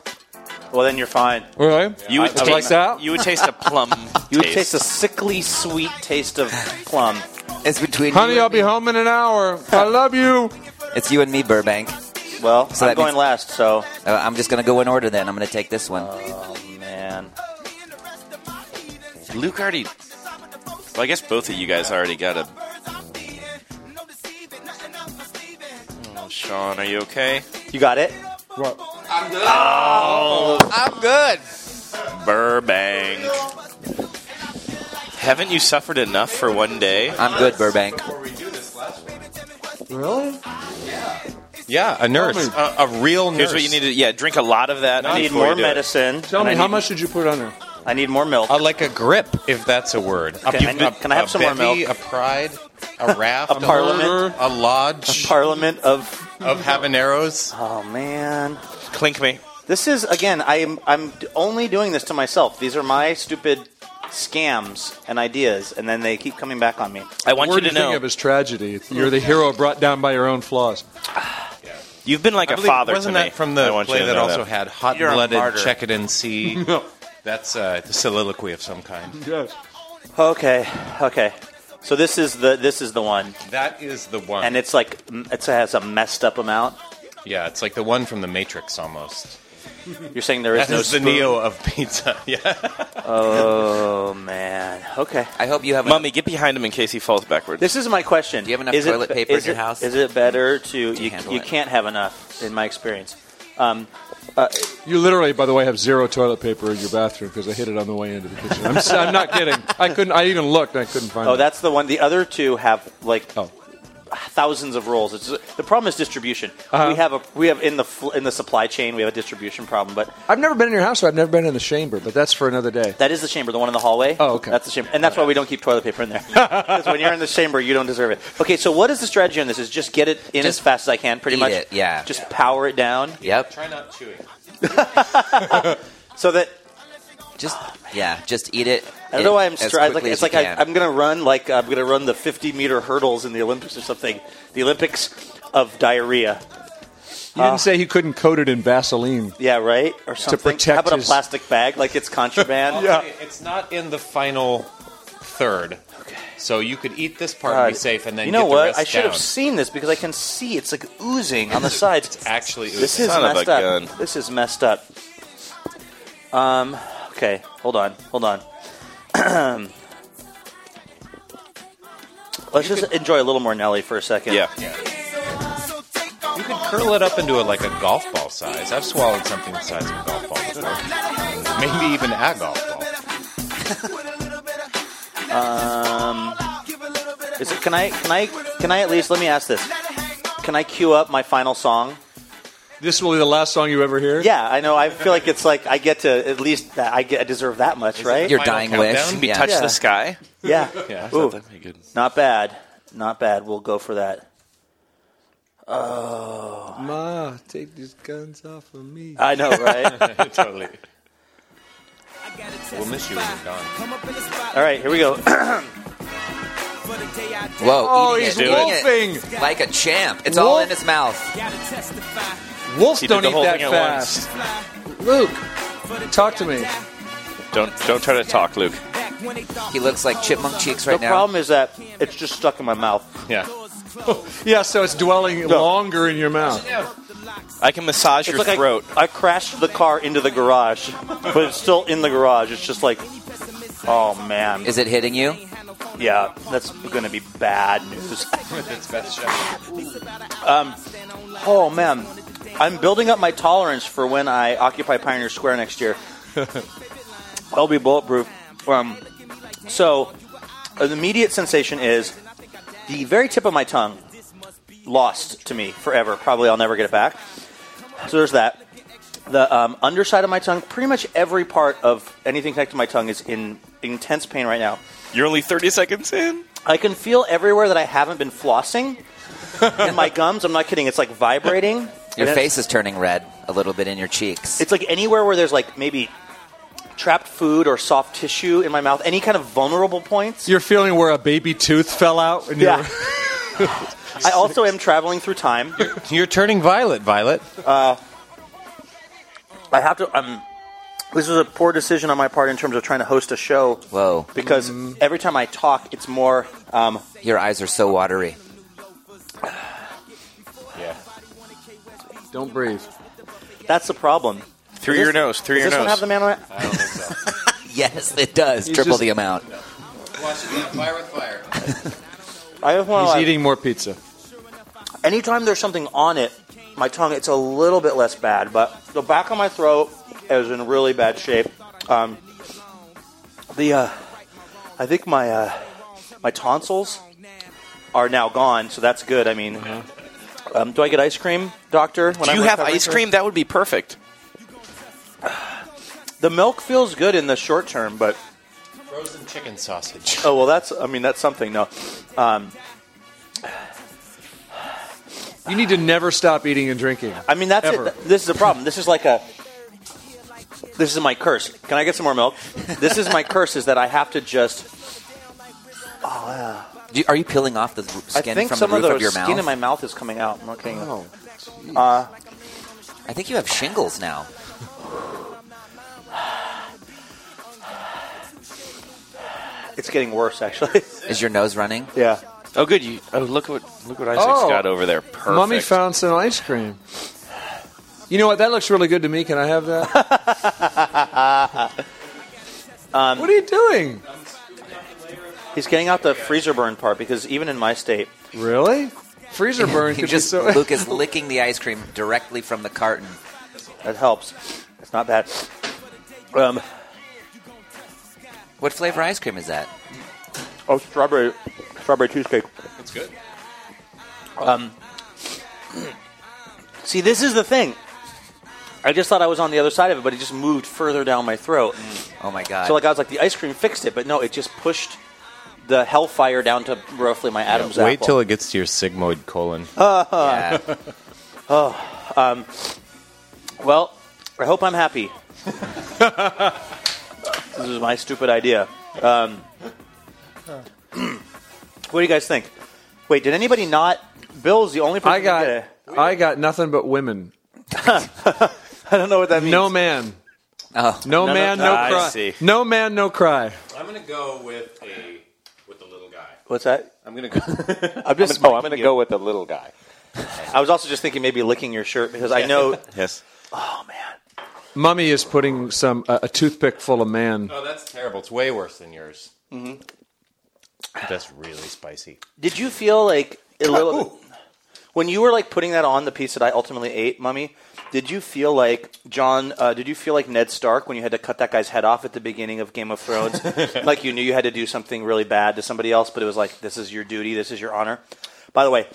G: Well, then you're fine.
F: Really?
G: You would
F: I
G: taste-
F: like that.
G: you would taste a plum You would
F: taste.
G: taste a sickly sweet taste of plum.
R: It's between
F: Honey, I'll be home in an hour. I love you.
R: It's you and me, Burbank.
G: Well,
R: So
G: I'm
R: that
G: going
R: means-
G: last, so.
R: Uh, I'm just going to go in order then. I'm going to take this one.
G: Oh, man.
J: Luke already. Well, I guess both of you guys already got a. Oh, Sean, are you okay?
G: You got it.
J: I'm good. Oh,
R: I'm good.
J: Burbank. Haven't you suffered enough for one day?
R: I'm good, Burbank.
J: Really?
O: Yeah, a nurse, a, a real nurse.
J: Here's what you need to. Yeah, drink a lot of that.
G: I need
J: before you
G: more
J: do it.
G: medicine.
F: Tell me,
J: And I
F: how
J: need-
F: much did you put on her?
G: I need more milk.
O: Uh, like a grip, if that's a word.
G: Okay,
O: You-
G: I need- can I have
O: a
G: some more
O: bevy,
G: milk?
O: A pride, a raft,
G: A parliament.
O: murder, a lodge,
G: a parliament of
O: of habaneros.
G: Oh man,
J: clink me.
G: This is again. I'm I'm d- only doing this to myself. These are my stupid scams and ideas, and then they keep coming back on me.
J: I want
F: Word
J: you to know.
F: think of is tragedy. You're the hero brought down by your own flaws.
J: You've been like
O: I
J: a
O: believe-
J: father
O: Wasn't
J: to
O: that
J: me.
O: from
J: I
O: the
J: want you
O: play
J: to
O: that
J: know
O: also had hot
J: You're a
O: blooded
J: martyr.
O: check it and see? That's uh, a soliloquy of some kind.
F: Yes.
G: Okay, okay. So this is the this is the one,
O: That is the one.
G: and it's like m- it's, it has a messed up amount.
O: yeah, it's like the one from the Matrix almost.
G: You're saying there is
O: That
G: no
O: the
G: spoon?
O: Neo of pizza. Yeah.
G: uh, Oh man. Okay.
R: I hope you have.
J: Mummy, get behind him in case he falls backwards.
G: This is my question. Do you have
R: enough toilet paper in your house
G: Is it better to, you,
R: handle
G: you
R: it?
G: can't have enough in my experience. Um,
F: Uh, You literally, by the way, have zero toilet paper in your bathroom because I hid it on the way into the kitchen. I'm, s am not kidding. I couldn't. I even looked. and I couldn't find.
G: oh,
F: it. Oh.
G: that's the one. The other two have like thousands of rolls. It's, the problem is distribution.
F: Uh-huh.
G: We have a we have in the fl- in the supply chain we have a distribution problem, but
F: I've never been in your house, so I've never been in the chamber. But that's for another day.
G: that is the chamber, the one in the hallway. Oh, okay. That's the chamber, and that's why we don't keep toilet paper in there. Because when you're in the chamber, you don't deserve it. Okay, so what is the strategy on this? Is just get it in as fast as I can, pretty
R: eat
G: much.
R: it, yeah.
G: Just power it down.
R: Yep.
O: Try not chewing.
G: So that
R: Just yeah, just eat it.
G: I don't know why I'm.
R: as
G: Str- I- like,
R: quickly
G: it's
R: as
G: like
R: you
G: I,
R: can.
G: I'm gonna run like I'm gonna run the 50 meter hurdles in the Olympics or something. The Olympics of diarrhea. Uh,
F: You didn't say he couldn't coat it in Vaseline.
G: Yeah, right. Or something.
F: protect
G: How about
F: his-
G: a plastic bag? Like it's contraband.
O: yeah. It's not in the final third. Okay. So you could eat this part and be
G: God.
O: safe, and then
G: you know
O: get The
G: what? I
O: rest
G: should have
O: down.
G: seen this because I can see it's like oozing on the sides.
O: It's actually
G: this
O: oozing.
G: is
O: Son of a
G: messed up.
O: gun.
G: This is messed up. Um. Okay. Hold on. Hold on. Let's just enjoy a little more Nelly for a second.
J: Yeah.
O: You could curl it up into a, like a golf ball size. I've swallowed something the size of a golf ball before. Maybe even a golf ball.
G: Um, is it? Can I? Can I? Can I at least? Let me ask this. Can I cue up my final song?
F: This will be the last song you ever hear.
G: Yeah, I know. I feel like it's like I get to at least that I get I deserve that much, right?
R: Your dying wish.
J: Be touch
G: Yeah.
J: the sky.
G: Yeah.
J: Yeah, I thought
G: Ooh,
J: that'd be good.
G: not bad. Not bad. We'll go for that. Oh,
F: Ma, take these guns off of me.
G: I know, right?
O: totally. We'll miss you when you're gone.
G: All right, here we go.
R: Whoa!
F: Oh,
R: eating
F: he's
R: it, eating it
F: wolfing.
R: like a champ. It's all in his mouth.
F: Wolves
J: He did
F: don't
J: the
F: eat
J: whole
F: that
J: thing at
F: fast. Luke, talk to me.
J: Don't don't try to talk, Luke.
R: He looks like chipmunk cheeks right
G: the
R: now.
G: problem is that it's just stuck in my mouth.
O: Yeah.
F: Yeah, so it's dwelling longer in your mouth.
J: I can massage
G: It's
J: your
G: like I-
J: throat.
G: I, crashed the car into the garage, but it's still in the garage. It's just like, oh man,
R: Is it hitting you?
G: yeah, that's going to be bad news.
O: it's Beth Shepard.
G: Um, oh man, I'm building up my tolerance for when I occupy Pioneer Square next year. I'll be bulletproof. Um, so, an immediate sensation is the very tip of my tongue lost to me forever. Probably I'll never get it back. So there's that. The um, underside of my tongue, pretty much every part of anything connected to my tongue is in intense pain right now.
J: You're only 30 seconds in.
G: I can feel everywhere that I haven't been flossing. in my gums, I'm not kidding. It's like vibrating.
R: Your
G: And it's-
R: face is turning red a little bit in your cheeks.
G: It's like anywhere where there's like maybe trapped food or soft tissue in my mouth, any kind of vulnerable points.
F: You're feeling where a baby tooth fell out. And
G: Yeah.
F: You're,
G: I also am traveling through time.
O: You're turning violet, Violet.
G: Uh, I have to. Um, this was a poor decision on my part in terms of trying to host a show
R: Whoa!
G: because
J: Mm-hmm.
G: every time I talk, it's more. Um,
R: Your eyes are so watery.
O: Yeah.
F: Don't breathe.
G: That's the problem.
J: Through
G: Does
J: your
G: this-
J: nose, through
G: does
J: your
G: this one
J: nose.
G: have the man on it?
J: I don't think
R: yes, it does.
G: He's
R: Triple
G: just-
R: the amount.
G: fire with fire.
F: I just
G: wanna
F: He's
G: let-
F: eating more pizza.
G: Anytime there's something on it, my tongue, it's a little bit less bad, but the back of my throat is in really bad shape. Um, the, uh, I think my, uh, my tonsils are now gone, so that's good. I mean, um, do I get ice cream, doctor? when
J: Uh-huh. Do
G: I'm
J: you have
G: recovering
J: ice
G: from-
J: cream? That would be perfect.
G: The milk feels good in the short term, but
O: Frozen chicken sausage.
G: oh well, that's I mean that's something. No, um,
F: You need to never stop eating and drinking.
G: I mean that's
F: Ever.
G: it. This is a problem. This is like a this is my curse. Can I get some more milk? This is my curse is that I have to just. Oh, yeah.
R: Do you- are you peeling off the r- skin
G: I think
R: from
G: some
R: the roof
G: of the
R: your
G: skin
R: mouth?
G: in my mouth is coming out. I'm not kidding.
J: Oh,
G: Uh,
R: I think you have shingles now.
G: it's getting worse actually.
R: Is your nose running?
G: Yeah.
J: Oh, good. You oh, look what look what Isaac's
F: Oh.
J: got over there. Perfect.
F: Mummy found some ice cream. You know what? That looks really good to me. Can I have that?
G: Um,
F: what are you doing?
G: He's getting out the freezer burn part because even in my state,
F: really, freezer burn
R: You
F: could
R: just
F: be so.
R: Luke is licking the ice cream directly from the carton.
G: That helps. It's not bad. Um,
R: what flavor ice cream is that?
G: Oh, strawberry, strawberry cheesecake.
R: It's good.
G: Um, see, this is the thing. I just thought I was on the other side of it, but it just moved further down my throat.
R: Oh my god!
G: So like I was like, the ice cream fixed it, but no, it just pushed the hellfire down to roughly my Adam's
O: Wait
G: apple.
O: till it gets to your sigmoid colon.
G: Ah. oh, um, well, I hope I'm happy. this is my stupid idea. Um, what do you guys think? Wait, did anybody not? Bill's the only person.
F: I got-
G: that
F: I got nothing but women.
G: I don't know what that means.
F: No man.
R: Oh.
F: No,
O: No, no,
F: man,
O: no,
F: no,
O: I
F: cry.
O: see.
F: No man, no cry.
O: I'm gonna go with a with the little guy.
G: What's that?
O: I'm gonna go.
G: I'm just.
O: gonna-
G: oh, I'm
O: gonna
G: gonna
O: go
G: go
O: with the little guy.
G: I was also just thinking maybe licking your shirt because I know.
O: yes.
F: Mummy is putting some uh, a toothpick full of
G: um,
F: man.
O: Oh, that's terrible. It's way worse than yours. Mm-hmm. That's really spicy.
G: Did you feel like a little when you were like putting that on the piece that I ultimately ate, Mummy? Did you feel like John? Uh, did you feel like Ned Stark when you had to cut that guy's head off at the beginning of Game of Thrones? like you knew you had to do something really bad to somebody else, but it was like this is your duty, this is your honor. By the way,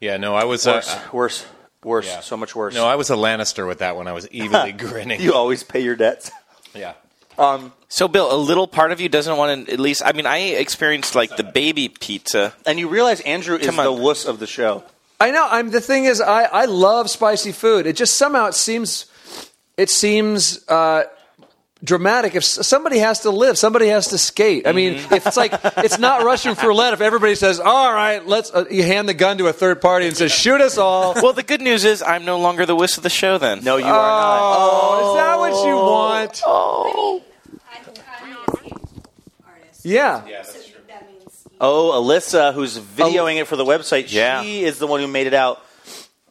O: Yeah, no, I was
G: worse,
O: uh,
G: worse, worse, so much worse.
O: no, I was a Lannister with that one. I was evilly grinning.
G: you always pay your debts.
O: Yeah.
G: Um,
J: so, Bill, a little part of you doesn't want to. At least, I mean, I experienced like the baby pizza,
G: and you realize Andrew is the wuss of the show.
F: I know. I'm the thing is, I I love spicy food. It just somehow it seems it seems uh, dramatic. If s- somebody has to live, somebody has to skate. I mean,
G: Mm-hmm.
F: if it's like it's not Russian roulette. If everybody says, "All right, let's," uh, you hand the gun to a third party and says, "Shoot us all."
J: well, the good news is I'm no longer the whist of the show. Then no,
G: you are not.
F: Oh, is that what you want?
G: Oh.
F: Yeah.
G: Oh, Alyssa, who's videoing it for the website,
J: Yeah.
G: she is the one who made it out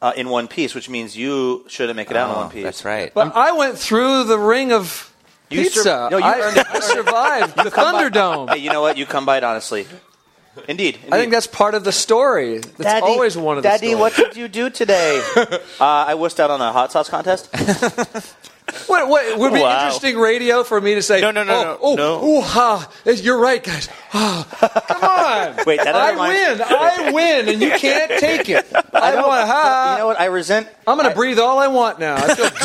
G: uh, in one piece, which means you shouldn't make it out in one piece. That's
R: right.
F: But I went through the ring of
G: You
F: pizza.
G: sur- no, you
F: I,
G: earned it.
F: I survived the Thunderdome.
G: hey, you know what? You come by it honestly. Indeed.
F: I think that's part of the story. That's
G: Daddy-
F: always one of the
G: Daddy,
F: stories.
G: what did you do today? uh, I wussed out on a hot sauce contest.
F: What, what would be
G: Wow.
F: interesting radio for me to say? No, no,
G: no,
F: Oh,
G: no,
F: oh, ooh, ha! You're right, guys. Ah, come on.
G: Wait, that
F: I
G: reminds-
F: win. I win, and you can't take it. I,
G: don't-
F: want ha.
G: You know what? I resent.
F: I'm going to breathe all I want now. I feel good.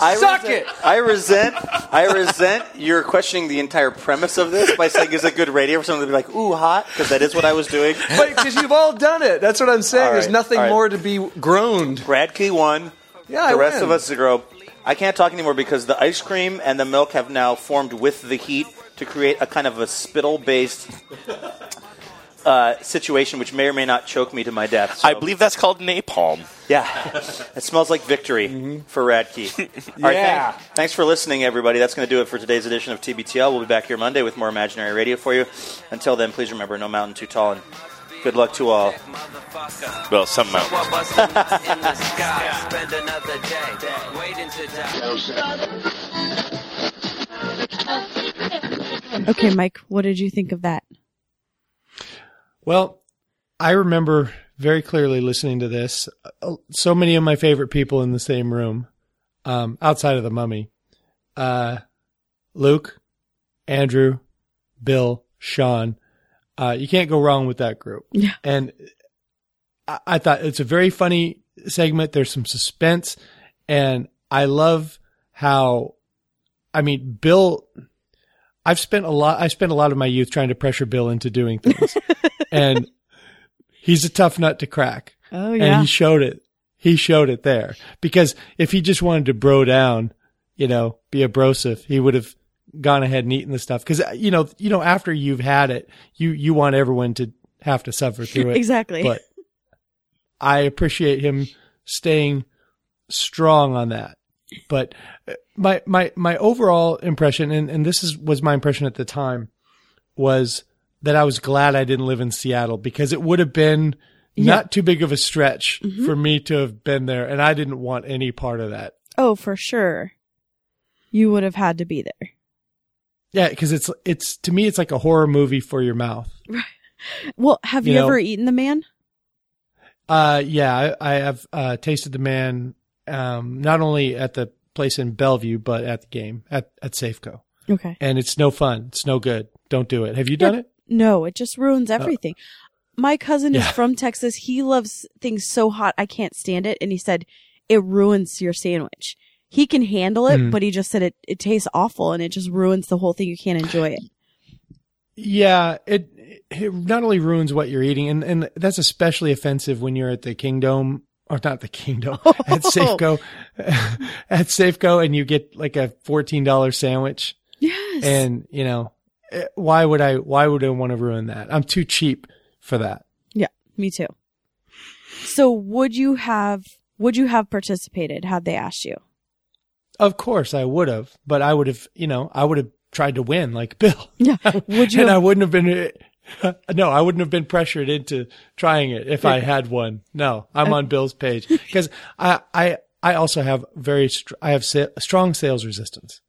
G: I
F: Suck
G: resent, it. I resent. I resent. You're questioning the entire premise of this by saying is it good radio for someone to be like, "Ooh, hot," because that is what I was doing.
F: because you've all done it. That's what I'm saying.
G: All
F: There's
G: right,
F: nothing
G: all right.
F: more to be groaned.
G: Radke won.
F: Yeah, I
G: the rest
F: win.
G: of us zero. I can't talk anymore because the ice cream and the milk have now formed with the heat to create a kind of a spittle-based
K: Oh.
G: uh, situation, which may or may not choke me to my death. So-
J: I believe that's called napalm.
G: Yeah, it smells like victory for Radke. All right,
J: Yeah.
G: thank- thanks for listening, everybody. That's going to do it for today's edition of TBTL. We'll be back here Monday with more imaginary radio for you. Until then, please remember, no mountain too tall and
S: Good luck to all.
G: Well, some mountains.
A: Okay, Mike, what did you think of that?
C: Well, I remember very clearly listening to this. Uh, So many of my favorite people in the same room, um, outside of the mummy. Uh, Luke, Andrew, Bill, Sean. Uh, you can't go wrong with that group.
A: Yeah.
C: And I, I thought it's a very funny segment. There's some suspense. And I love how, I mean, Bill, I've spent a lot, I spent a lot of my youth trying to pressure Bill into doing things. and he's a tough nut to crack.
A: Oh,
C: And
A: yeah.
C: he showed it. He showed it there because if he just wanted to bro down, you know, be abrasive, he would have gone ahead and eaten the stuff. Cause uh, you know, you know, after you've had it, you, you want everyone to have to suffer through it.
A: Exactly.
C: But I appreciate him staying strong on that. But uh, my, my, my overall impression, and, and this is, was my impression at the time was that I was glad I didn't live in Seattle because it would have been
A: Yeah.
C: not too big of a stretch
A: Mhm.
C: for me to have been there. And I didn't want any part of that.
A: Oh, for sure. You would have had to be there.
C: Yeah. Cause it's, it's, to me, it's like a horror movie for your mouth.
A: Well, have you,
C: You know-
A: ever eaten the man?
C: Uh, yeah, I, I have uh, tasted the man um, not only at the place in Bellevue, but at the game at at Safeco.
A: Okay.
C: And it's no fun. It's no good. Don't do it. Have you done it? Oh.
A: No, it just ruins everything. My cousin is
C: Yeah.
A: from Texas. He loves things so hot I can't stand it. And he said it ruins your sandwich. He can handle it,
C: Mhm.
A: but he just said it, it tastes awful and it just ruins the whole thing. You can't enjoy it.
C: Yeah, it it not only ruins what you're eating, and and that's especially offensive when you're at the Kingdom or not the Kingdom at Safeco, at Safeco, and you get like a fourteen dollar sandwich.
A: Yes.
C: And you know eh, why would I? Why would I want to ruin that? I'm too cheap for that.
A: Yeah, me too. So would you have, would you have participated had they asked you?
C: Of course, I would have, but I would have, you know, I would have tried to win, like Bill.
A: Yeah, would
C: you? and I wouldn't have been. No, I wouldn't have been pressured into trying it if I had one. No, I'm on Bill's page because I, I, I also have very, str- I have sa- strong sales resistance,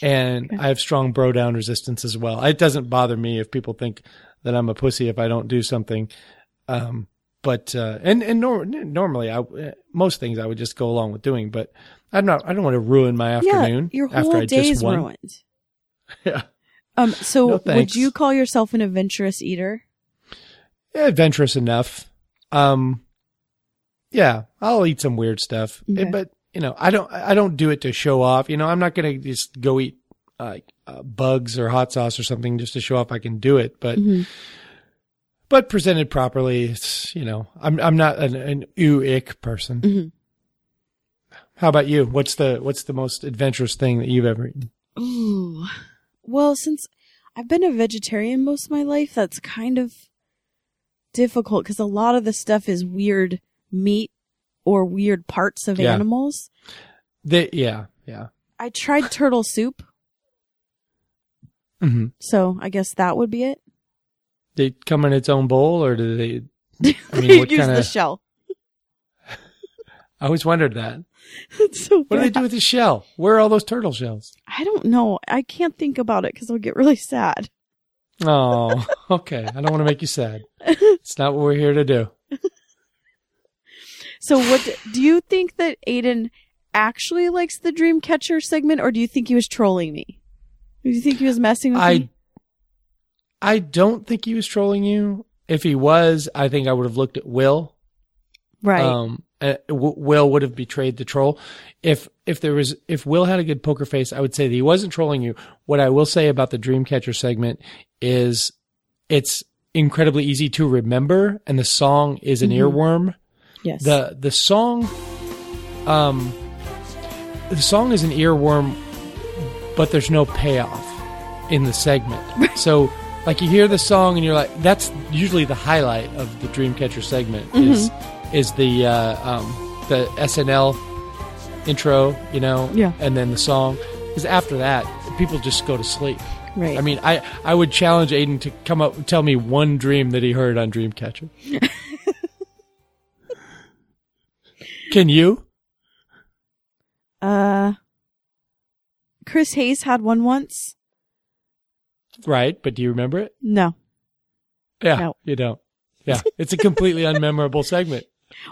C: and I have strong bro down resistance as well. It doesn't bother me if people think that I'm a pussy if I don't do something. Um, but uh, and and nor- normally I most things I would just go along with doing, but I'm not. I don't want to ruin my afternoon.
A: yeah, your
C: after
A: whole
C: I
A: day's
C: just won.
A: ruined.
C: Yeah.
A: Um, so would
C: thanks.
A: you call yourself an adventurous eater?
C: Eh, adventurous enough. Um, yeah, I'll eat some weird stuff, Eh,
A: Okay.
C: but you know, I don't, I don't do it to show off. You know, I'm not going to just go eat uh, uh, bugs or hot sauce or something just to show off I can do it. But,
A: Mhm.
C: but presented properly, it's you know, I'm I'm not an, an ooh ick person.
A: Mhm.
C: How about you? What's the what's the most adventurous thing that you've ever eaten?
A: Ooh. Well, since I've been a vegetarian most of my life, that's kind of difficult because a lot of the stuff is weird meat or weird parts of
C: Yeah.
A: animals.
C: They, yeah, yeah.
A: I tried turtle soup,
C: Mm-hmm.
A: so I guess that would be it.
C: They come in its own bowl, or do they? I mean, what
A: Use
C: kind
A: the
C: of?
A: shell.
C: I always wondered that.
A: It's so
C: What do they
A: bad.
C: do with the shell? Where are all those turtle shells?
A: I don't know. I can't think about it because I'll get really sad.
C: Oh, okay. I don't want to make you sad. It's not what we're here to do.
A: So, what d- do you think that Aiden actually likes the Dreamcatcher segment, or do you think he was trolling me? Do you think he was messing with me?
C: I I don't think he was trolling you. If he was, I think I would have looked at Will.
A: Right.
C: Um, uh, W- Will would have betrayed the troll. If if there was if Will had a good poker face, I would say that he wasn't trolling you. What I will say about the Dreamcatcher segment is it's incredibly easy to remember, and the song is an
A: Mhm.
C: earworm.
A: Yes.
C: the the song um the song is an earworm but there's no payoff in the segment so like you hear the song and you're like that's usually the highlight of the dreamcatcher segment is is the uh, um, the snl intro you know
A: Yeah.
C: and then the song because after that people just go to sleep
A: Right.
C: I mean, I, I would challenge Aiden to come up tell me one dream that he heard on Dreamcatcher. Can you?
A: Uh, Chris Hayes had one once.
C: Right, but do you remember it?
A: No.
C: Yeah,
A: No.
C: you don't. Yeah, it's a completely unmemorable segment.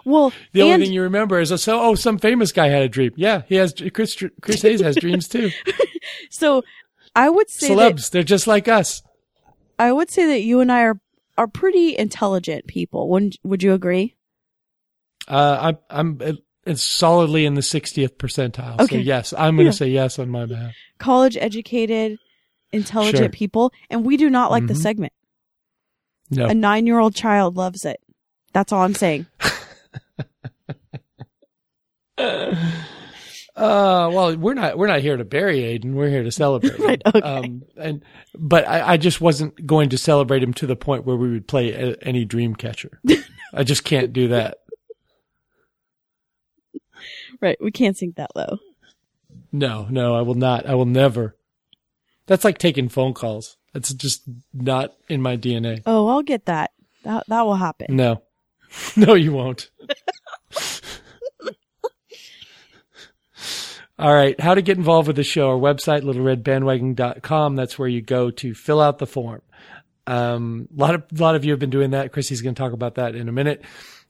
A: Well,
C: The only
A: and
C: thing you remember is so oh some famous guy had a dream. Yeah, he has Chris Chris Hayes has dreams too.
A: so I would say that
C: Celebs, they're just like us.
A: I would say that you and I are are pretty intelligent people. Wouldn't would you agree?
C: Uh, I'm I'm it's solidly in the 60th percentile.
A: Okay.
C: So yes, I'm going
A: Yeah.
C: to say yes on my behalf.
A: College educated, intelligent
C: Sure.
A: people, and we do not like the
C: Mhm.
A: segment.
C: No.
A: A nine year old child loves it. That's all I'm saying.
C: Uh, well, we're not we're not here to bury Aiden. We're here to celebrate. right, okay. Um, and but I, I just wasn't going to celebrate him to the point where we would play a, any Dreamcatcher. I just can't do that.
A: Right. We can't sink that low.
C: No, no, I will not. I will never. That's like taking phone calls. That's just not in my DNA.
A: Oh, I'll get that. That that will happen.
C: No, no, you won't. All right. How to get involved with the show? Our website, littleredbandwagon.com. That's where you go to fill out the form. Um, a lot of, a lot of you have been doing that. Chrissy's going to talk about that in a minute.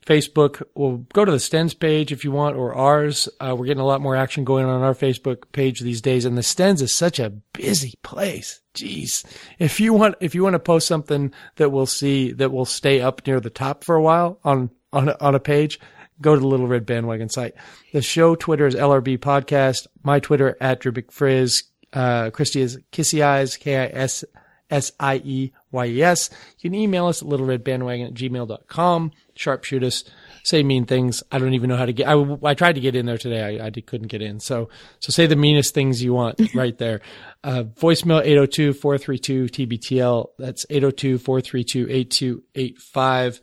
C: Facebook, well, go to the Stens page if you want or ours. Uh, we're getting a lot more action going on our Facebook page these days. And the Stens is such a busy place. Jeez. If you want, if you want to post something that we'll see that will stay up near the top for a while on, on, a- on a page, go to the Little Red Bandwagon site. The show Twitter is LRB Podcast. My Twitter at Drew McFrizz. Uh, Christy is Kissy Eyes, K I S S I E Y E S. You can email us at littleredbandwagon at gmail.com. Sharpshoot us. Say mean things. I don't even know how to get. I, I tried to get in there today. I, I did- couldn't get in. So, so say the meanest things you want right there. Uh, voicemail 802 432 TBTL. That's 802 432 8285.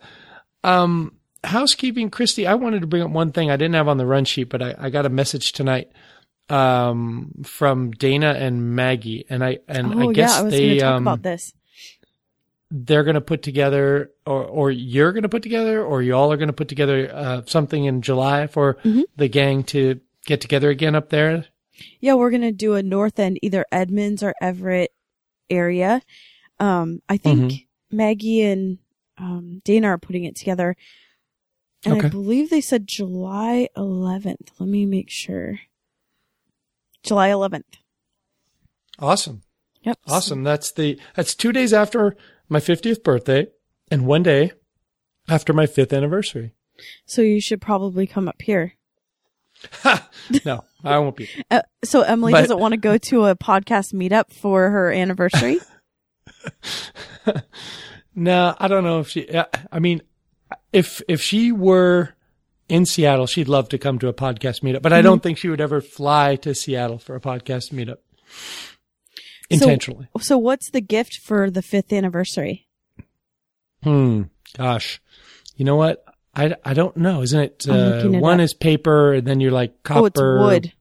C: Um, housekeeping, Christy, I wanted to bring up one thing I didn't have on the run sheet, but I, I got a message tonight um from Dana and Maggie and I and
A: oh
C: I guess
A: yeah, I was
C: they
A: gonna talk
C: um
A: about this.
C: they're going to put together or or you're going to put together or y'all are going to put together uh something in July for
A: Mm-hmm.
C: the gang to get together again up there.
A: Yeah, we're gonna do a north end, either Edmonds or Everett area. Um, I think
C: Mhm.
A: Maggie and um, Dana are putting it together, and
C: Okay.
A: I believe they said July 11th. Let me make sure. July 11th.
C: Awesome.
A: Yep.
C: Awesome. That's the that's 2 days after my 50th birthday and 1 day after my 5th anniversary.
A: So you should probably come up here.
C: No, I won't be. there.
A: Uh, so Emily
C: But-
A: doesn't want to go to a podcast meetup for her anniversary.
C: No, I don't know if she. I- I mean, if if she were in Seattle, she'd love to come to a podcast meetup. But I
A: Mm-hmm.
C: don't think she would ever fly to Seattle for a podcast meetup intentionally.
A: So, so what's the gift for the fifth anniversary?
C: Hmm. Gosh, you know what? I, I don't know. Isn't it?
A: I'm
C: Uh,
A: looking it
C: one
A: up.
C: is paper, and then you're like copper.
A: Oh, it's wood.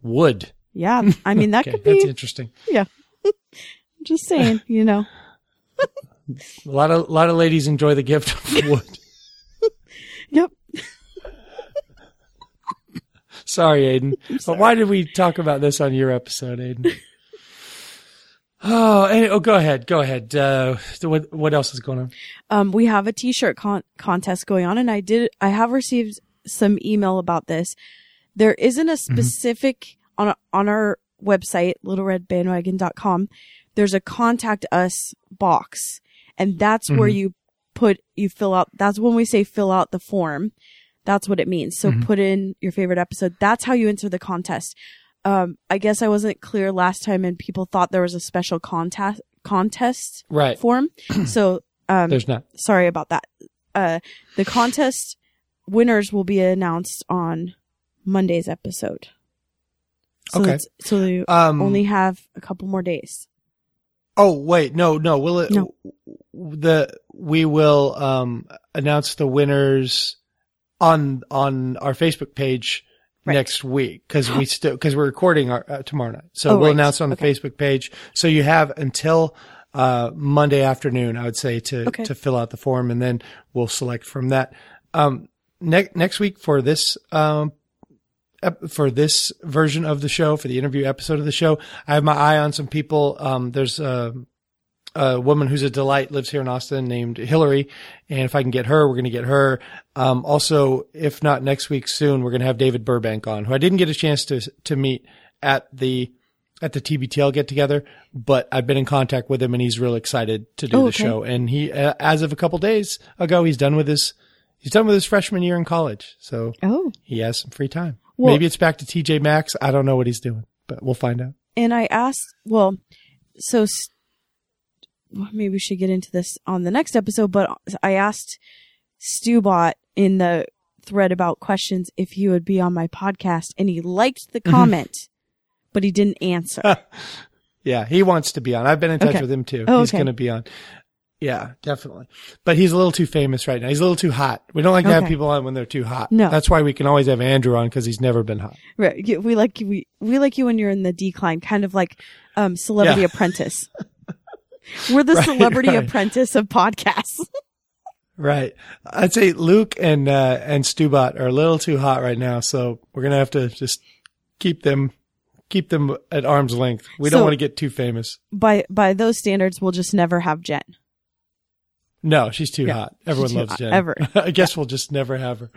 C: Wood.
A: Yeah, I mean that
C: Okay,
A: could be.
C: that's interesting.
A: Yeah, just saying. You know,
C: A lot of lot of ladies enjoy the gift of wood.
A: Yep.
C: Sorry, Aiden. But why did we talk about this on your episode, Aiden? Oh, any, oh, go ahead, go ahead. Uh, so what what else is going on?
A: um, we have a T-shirt con- contest going on, and I did. I have received some email about this. There isn't a specific on on our website, littleredbandwagon.com. There's a contact us box, and that's where
B: Mhm.
A: you put you fill out. That's when we say fill out the form. That's what it means. So
B: Mhm.
A: put in your favorite episode. That's how you enter the contest. Um, I guess I wasn't clear last time, and people thought there was a special contest contest
C: Right.
A: form. so um,
C: There's not.
A: Sorry about that. Uh, the contest winners will be announced on Monday's episode. So
C: Okay.
A: that's- So you
C: Um,
A: only have a couple more days.
C: Oh wait, no, no. Will it?
A: No.
C: The we will um announce the winners on on our Facebook page next week because we still because we're recording our, uh, tomorrow night. So
J: Oh,
C: we'll
J: right.
C: announce on the Facebook page. So you have until uh, Monday afternoon, I would say, to
J: Okay.
C: to fill out the form, and then we'll select from that. Um, next next week for this um, ep- for this version of the show, for the interview episode of the show, I have my eye on some people. Um, there's a, a woman who's a delight, lives here in Austin, named Hillary. And if I can get her, we're going to get her. Um, also, if not next week, soon we're going to have David Burbank on, who I didn't get a chance to to meet at the at the TBTL get together, but I've been in contact with him, and he's real excited to do
J: Oh,
C: the
J: okay.
C: show. And he, uh, as of a couple days ago, he's done with his he's done with his freshman year in college. So
A: Oh.
C: he has some free time.
A: Well-
C: Maybe it's back to TJ Maxx. I don't know what he's doing, but we'll find out.
A: And I asked, well, so s- well, maybe we should get into this on the next episode, but I asked Stewbot in the thread about questions if he would be on my podcast, and he liked
C: Mm-hmm.
A: the comment, but he didn't answer.
C: Yeah, he wants to be on. I've been in touch
A: Okay.
C: with him too.
A: Oh,
C: he's
A: okay.
C: going to be on. Yeah, definitely. But he's a little too famous right now. He's a little too hot. We don't like to have
A: Okay.
C: people on when they're too hot.
A: No.
C: That's why we can always have Andrew on because he's never been hot.
A: Right. you- We like you. We, we like you when you're in the decline, kind of like um, Celebrity
C: Yeah.
A: Apprentice. We're the
C: Right,
A: Celebrity
C: right.
A: Apprentice of podcasts.
C: Right. I'd say Luke and uh, and Stubot are a little too hot right now, so we're gonna have to just keep them keep them at arm's length. We don't
A: So-
C: want to get too famous.
A: by by those standards, we'll just never have Jen.
C: No, she's too
A: Yeah,
C: hot.
A: she's
C: Everyone
A: too
C: loves
A: hot.
C: Jen.
A: Ever.
C: I guess we'll just never have her.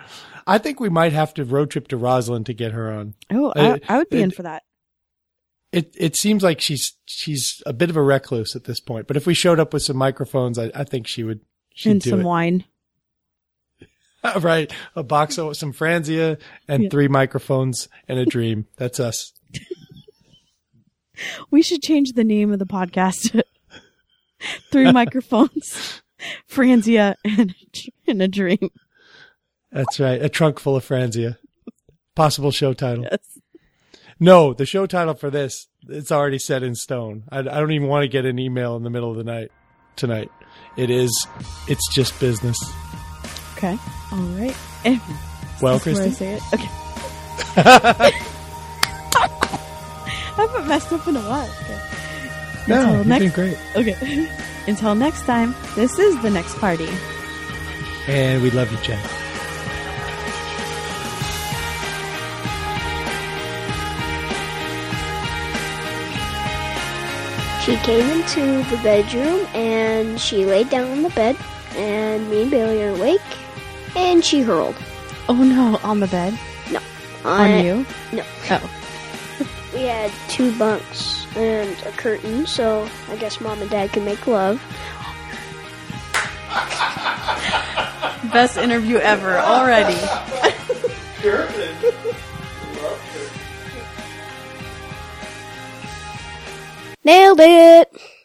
C: I think we might have to road trip to Roslyn to get her on.
A: Oh,
C: Uh,
A: I, I would be in
C: it-
A: for that.
C: It it seems like she's she's a bit of a recluse at this point. But if we showed up with some microphones, I, I think she would. She'd
A: And
C: do
A: some
C: it.
A: wine.
C: right, a box of some Franzia and
A: Yeah.
C: three microphones and a dream. That's us.
A: We should change the name of the podcast. to Three microphones, Franzia, and a dr- and a dream.
C: That's right. A trunk full of Franzia. Possible show title.
A: Yes.
C: No, the show title for this, it's already set in stone. I, I don't even want to get an email in the middle of the night tonight. It is, it's just business.
A: Okay. All right. And
C: Well,
A: is this where I say
C: Christy?
A: it? Okay. I haven't messed up in a while. Okay.
C: No,
A: Until
C: you've
A: next-
C: been great.
A: Okay. Until next time, this is the next party.
C: And we love you, Jen.
B: She came into the bedroom and she laid down on the bed, and me and Bailey are awake, and she hurled.
K: Oh no, on the bed?
B: No.
K: On
B: Uh,
K: you?
B: No.
K: Oh.
B: We had two bunks and a curtain, so I guess mom and dad can make love.
K: Best interview ever already.
B: Nailed it!